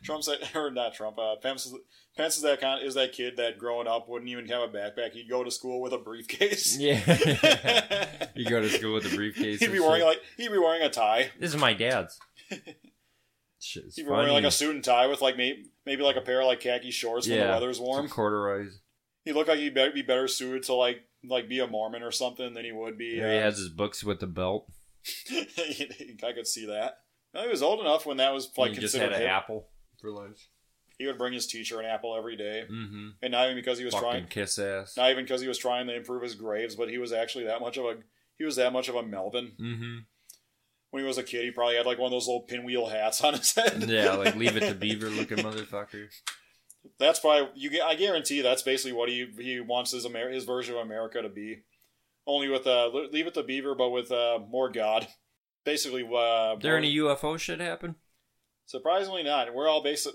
[SPEAKER 1] Trump said, or not Trump. Uh, Pence, is- Pence is that kind is that kid that growing up wouldn't even have a backpack. He'd go to school with a briefcase.
[SPEAKER 2] (laughs) Yeah,
[SPEAKER 1] (laughs)
[SPEAKER 2] you go to school with a briefcase.
[SPEAKER 1] he'd
[SPEAKER 2] and
[SPEAKER 1] be wearing
[SPEAKER 2] shit.
[SPEAKER 1] like he'd be wearing a tie.
[SPEAKER 2] this is
[SPEAKER 1] (laughs)
[SPEAKER 2] my dad's. shit, it's
[SPEAKER 1] He'd be wearing like
[SPEAKER 2] funny.
[SPEAKER 1] a suit and tie with like maybe maybe like a pair of like khaki shorts when the
[SPEAKER 2] Yeah.
[SPEAKER 1] weather's warm.
[SPEAKER 2] (laughs) Some corduroys.
[SPEAKER 1] He looked like he'd better be better suited to like like be a Mormon or something than he would be.
[SPEAKER 2] He
[SPEAKER 1] Uh,
[SPEAKER 2] has his books with the belt.
[SPEAKER 1] (laughs) I could see that. No, he was old enough when that was like
[SPEAKER 2] he just had
[SPEAKER 1] considered.
[SPEAKER 2] an
[SPEAKER 1] hip.
[SPEAKER 2] apple for lunch.
[SPEAKER 1] He would bring his teacher an apple every day,
[SPEAKER 2] Mm-hmm.
[SPEAKER 1] and not even because he was
[SPEAKER 2] Fucking
[SPEAKER 1] trying,
[SPEAKER 2] kiss ass.
[SPEAKER 1] not even because he was trying to improve his grades, but he was actually that much of a he was that much of a Melvin. (laughs)
[SPEAKER 2] Mm-hmm.
[SPEAKER 1] When he was a kid, he probably had like one of those little pinwheel hats on his head.
[SPEAKER 2] Yeah, like
[SPEAKER 1] (laughs)
[SPEAKER 2] leave it to Beaver looking motherfucker.
[SPEAKER 1] That's probably you. gu- I guarantee that's basically what he he wants his Amer- his version of America to be, only with uh Le- leave it to Beaver, but with uh more God. (laughs) Basically, uh,
[SPEAKER 2] There any UFO shit happen?
[SPEAKER 1] surprisingly not. We're all basic.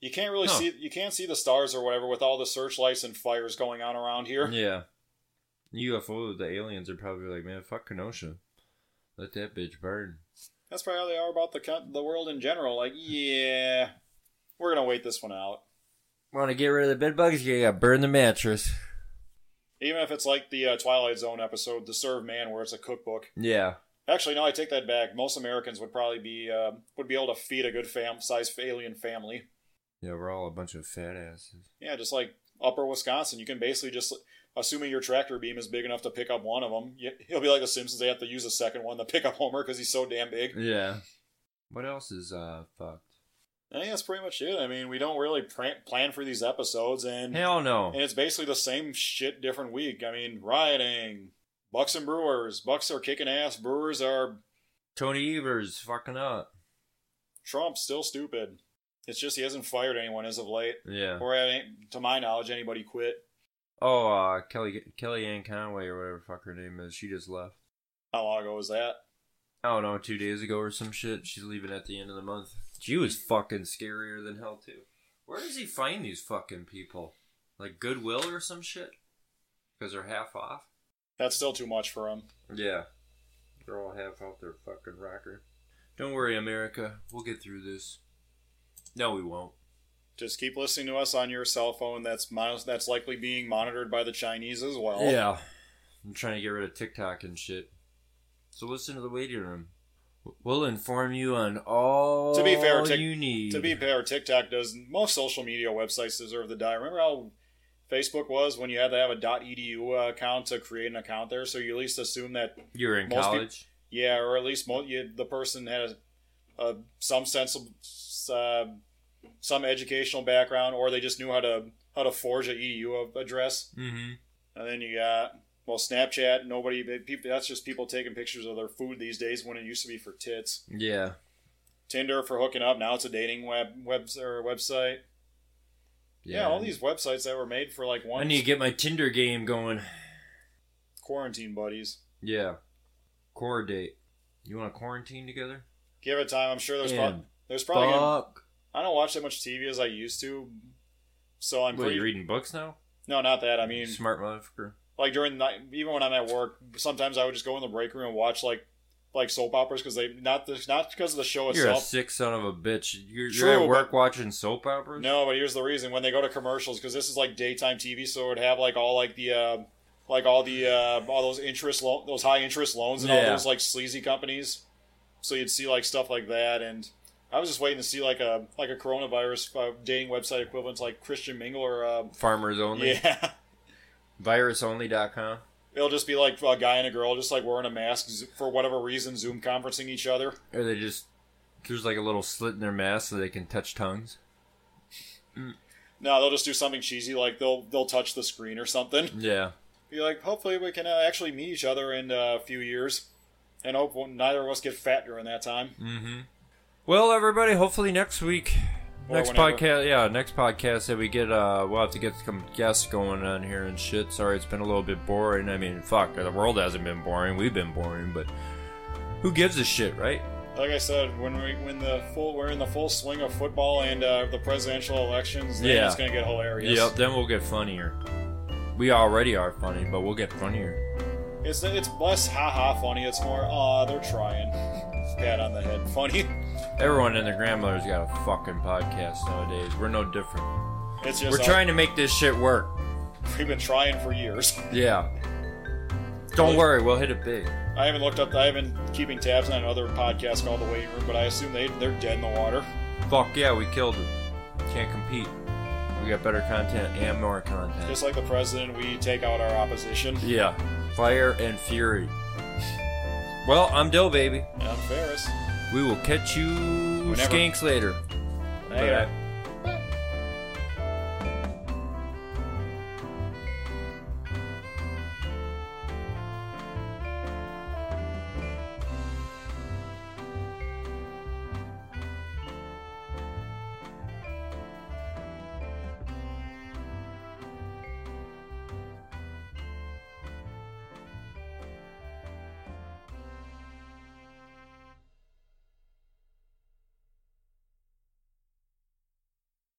[SPEAKER 1] You can't really
[SPEAKER 2] Huh.
[SPEAKER 1] see you can't see the stars or whatever with all the searchlights and fires going on around here.
[SPEAKER 2] Yeah. UFO, the aliens are probably like, man, fuck Kenosha. Let that bitch burn.
[SPEAKER 1] That's probably how they are about the coun- the world in general. Like, yeah, we're gonna wait this one out.
[SPEAKER 2] Want to get rid of the bed bugs? You gotta burn the mattress.
[SPEAKER 1] Even if it's like the uh, Twilight Zone episode, The Serve Man, where it's a cookbook.
[SPEAKER 2] Yeah.
[SPEAKER 1] Actually, no, I take that back. Most Americans would probably be uh, would be able to feed a good fam sized alien family.
[SPEAKER 2] Yeah, we're all a bunch of fat asses.
[SPEAKER 1] Yeah, just like Upper Wisconsin, you can basically just assuming your tractor beam is big enough to pick up one of them. He'll be like the Simpsons; they have to use a second one to (laughs) pick up Homer because he's so damn big.
[SPEAKER 2] Yeah. What else is uh fucked?
[SPEAKER 1] I think that's pretty much it. I mean, we don't really pr- plan for these episodes, and
[SPEAKER 2] Hell no.
[SPEAKER 1] and it's basically the same shit, different week. I mean, rioting, Bucks and Brewers. Bucks are kicking ass. Brewers are
[SPEAKER 2] Tony Evers fucking up.
[SPEAKER 1] Trump still stupid. It's just he hasn't fired anyone as of late,
[SPEAKER 2] Yeah.
[SPEAKER 1] or I ain't- to my knowledge, anybody quit.
[SPEAKER 2] Oh, uh, Kelly Kellyanne Conway or whatever the fuck her name is. She just left.
[SPEAKER 1] How long ago was that?
[SPEAKER 2] I don't know, two days ago or some shit. She's leaving at the end of the month. She was fucking scarier than hell too. Where does he find these fucking people? Like Goodwill or some shit? Because they're half off.
[SPEAKER 1] That's still too much for him.
[SPEAKER 2] Yeah. They're all half off their fucking rocker. Don't worry, America. We'll get through this. No, we won't.
[SPEAKER 1] Just keep listening to us on your cell phone. That's mon- that's likely being monitored by the Chinese as well.
[SPEAKER 2] Yeah. I'm trying to get rid of TikTok and shit. So listen to the waiting room. We'll inform you on all
[SPEAKER 1] To be fair, Tik-
[SPEAKER 2] you need.
[SPEAKER 1] To be fair, TikTok does most social media websites deserve to die. Remember how Facebook was when you had to have a .edu uh, account to create an account there, so you at least assume that
[SPEAKER 2] You're in
[SPEAKER 1] most peop-
[SPEAKER 2] college.
[SPEAKER 1] yeah, or at least mo- you, the person had a, a some sense of uh, some educational background, or they just knew how to how to forge a edu of- address.
[SPEAKER 2] mm-hmm.
[SPEAKER 1] And then you got well, Snapchat. Nobody, people. That's just people taking pictures of their food these days. When it used to be for tits.
[SPEAKER 2] Yeah.
[SPEAKER 1] Tinder for hooking up. Now it's a dating web webs or website. Yeah, all these websites that were made for like
[SPEAKER 2] I
[SPEAKER 1] one
[SPEAKER 2] need to get my Tinder game going.
[SPEAKER 1] quarantine buddies.
[SPEAKER 2] Yeah. Core date. You want to quarantine together?
[SPEAKER 1] Give it time. I'm sure there's
[SPEAKER 2] Man,
[SPEAKER 1] prob- there's probably gonna,
[SPEAKER 2] fuck.
[SPEAKER 1] I don't watch that much TV as I used to, so I'm
[SPEAKER 2] What,
[SPEAKER 1] pretty.
[SPEAKER 2] you reading books now?
[SPEAKER 1] no, not that. I mean,
[SPEAKER 2] Smart motherfucker.
[SPEAKER 1] like during the night, even when I'm at work, sometimes I would just go in the break room and watch like like soap operas because they not the, not because of the show
[SPEAKER 2] You're a
[SPEAKER 1] itself.
[SPEAKER 2] sick son of a bitch. You're,
[SPEAKER 1] True,
[SPEAKER 2] you're at
[SPEAKER 1] but-
[SPEAKER 2] work watching soap operas?
[SPEAKER 1] No, but here's the reason: when they go to commercials, because this is like daytime TV, so it would have like all like the uh, like all the uh, all those interest lo- those high interest loans and all
[SPEAKER 2] Yeah.
[SPEAKER 1] those like sleazy companies. So you'd see like stuff like that, and I was just waiting to see like a like a coronavirus uh, dating website equivalent, like Christian Mingle or uh,
[SPEAKER 2] Farmers only?
[SPEAKER 1] (laughs) yeah.
[SPEAKER 2] Virusonly.com?
[SPEAKER 1] It'll just be like a guy and a girl, just like wearing a mask z- for whatever reason, Zoom conferencing each other.
[SPEAKER 2] Or they just. There's like a little slit in their mask so they can touch tongues?
[SPEAKER 1] No, they'll just do something cheesy, like they'll they'll touch the screen or something.
[SPEAKER 2] Yeah.
[SPEAKER 1] Be like, hopefully we can uh, actually meet each other in uh, a few years, and hope one- neither of us get fat during that time.
[SPEAKER 2] Mm-hmm. Well, everybody, hopefully next week,
[SPEAKER 1] Or
[SPEAKER 2] next
[SPEAKER 1] whenever.
[SPEAKER 2] podcast, yeah, next podcast that we get, uh, we'll have to get some guests going on here and shit. Sorry, it's been a little bit boring. I mean, fuck, the world hasn't been boring. We've been boring, but who gives a shit, right?
[SPEAKER 1] Like I said, when we when the full we're in the full swing of football and uh, the presidential elections, then
[SPEAKER 2] Yeah.
[SPEAKER 1] it's gonna get hilarious.
[SPEAKER 2] Yep. Then we'll get funnier. We already are funny, but we'll get funnier.
[SPEAKER 1] It's it's less haha funny. It's more ah they're trying. (laughs) Pat on the head, funny.
[SPEAKER 2] Everyone and their grandmother's got a fucking podcast nowadays. We're no different.
[SPEAKER 1] It's just
[SPEAKER 2] We're
[SPEAKER 1] uh,
[SPEAKER 2] trying to make this shit work.
[SPEAKER 1] We've been trying for years. (laughs)
[SPEAKER 2] Yeah. Don't worry, we'll hit it big.
[SPEAKER 1] I haven't looked up. I haven't keeping tabs on another podcast called The Waiting Room, but I assume they they're dead in the water.
[SPEAKER 2] Fuck yeah, we killed him. Can't compete. We got better content and more content.
[SPEAKER 1] Just like the president, we take out our opposition.
[SPEAKER 2] Yeah. Fire and fury. Well, I'm Dill, baby.
[SPEAKER 1] And I'm Ferris.
[SPEAKER 2] We will catch you
[SPEAKER 1] Whenever.
[SPEAKER 2] skanks later.
[SPEAKER 1] Later.
[SPEAKER 2] Bye.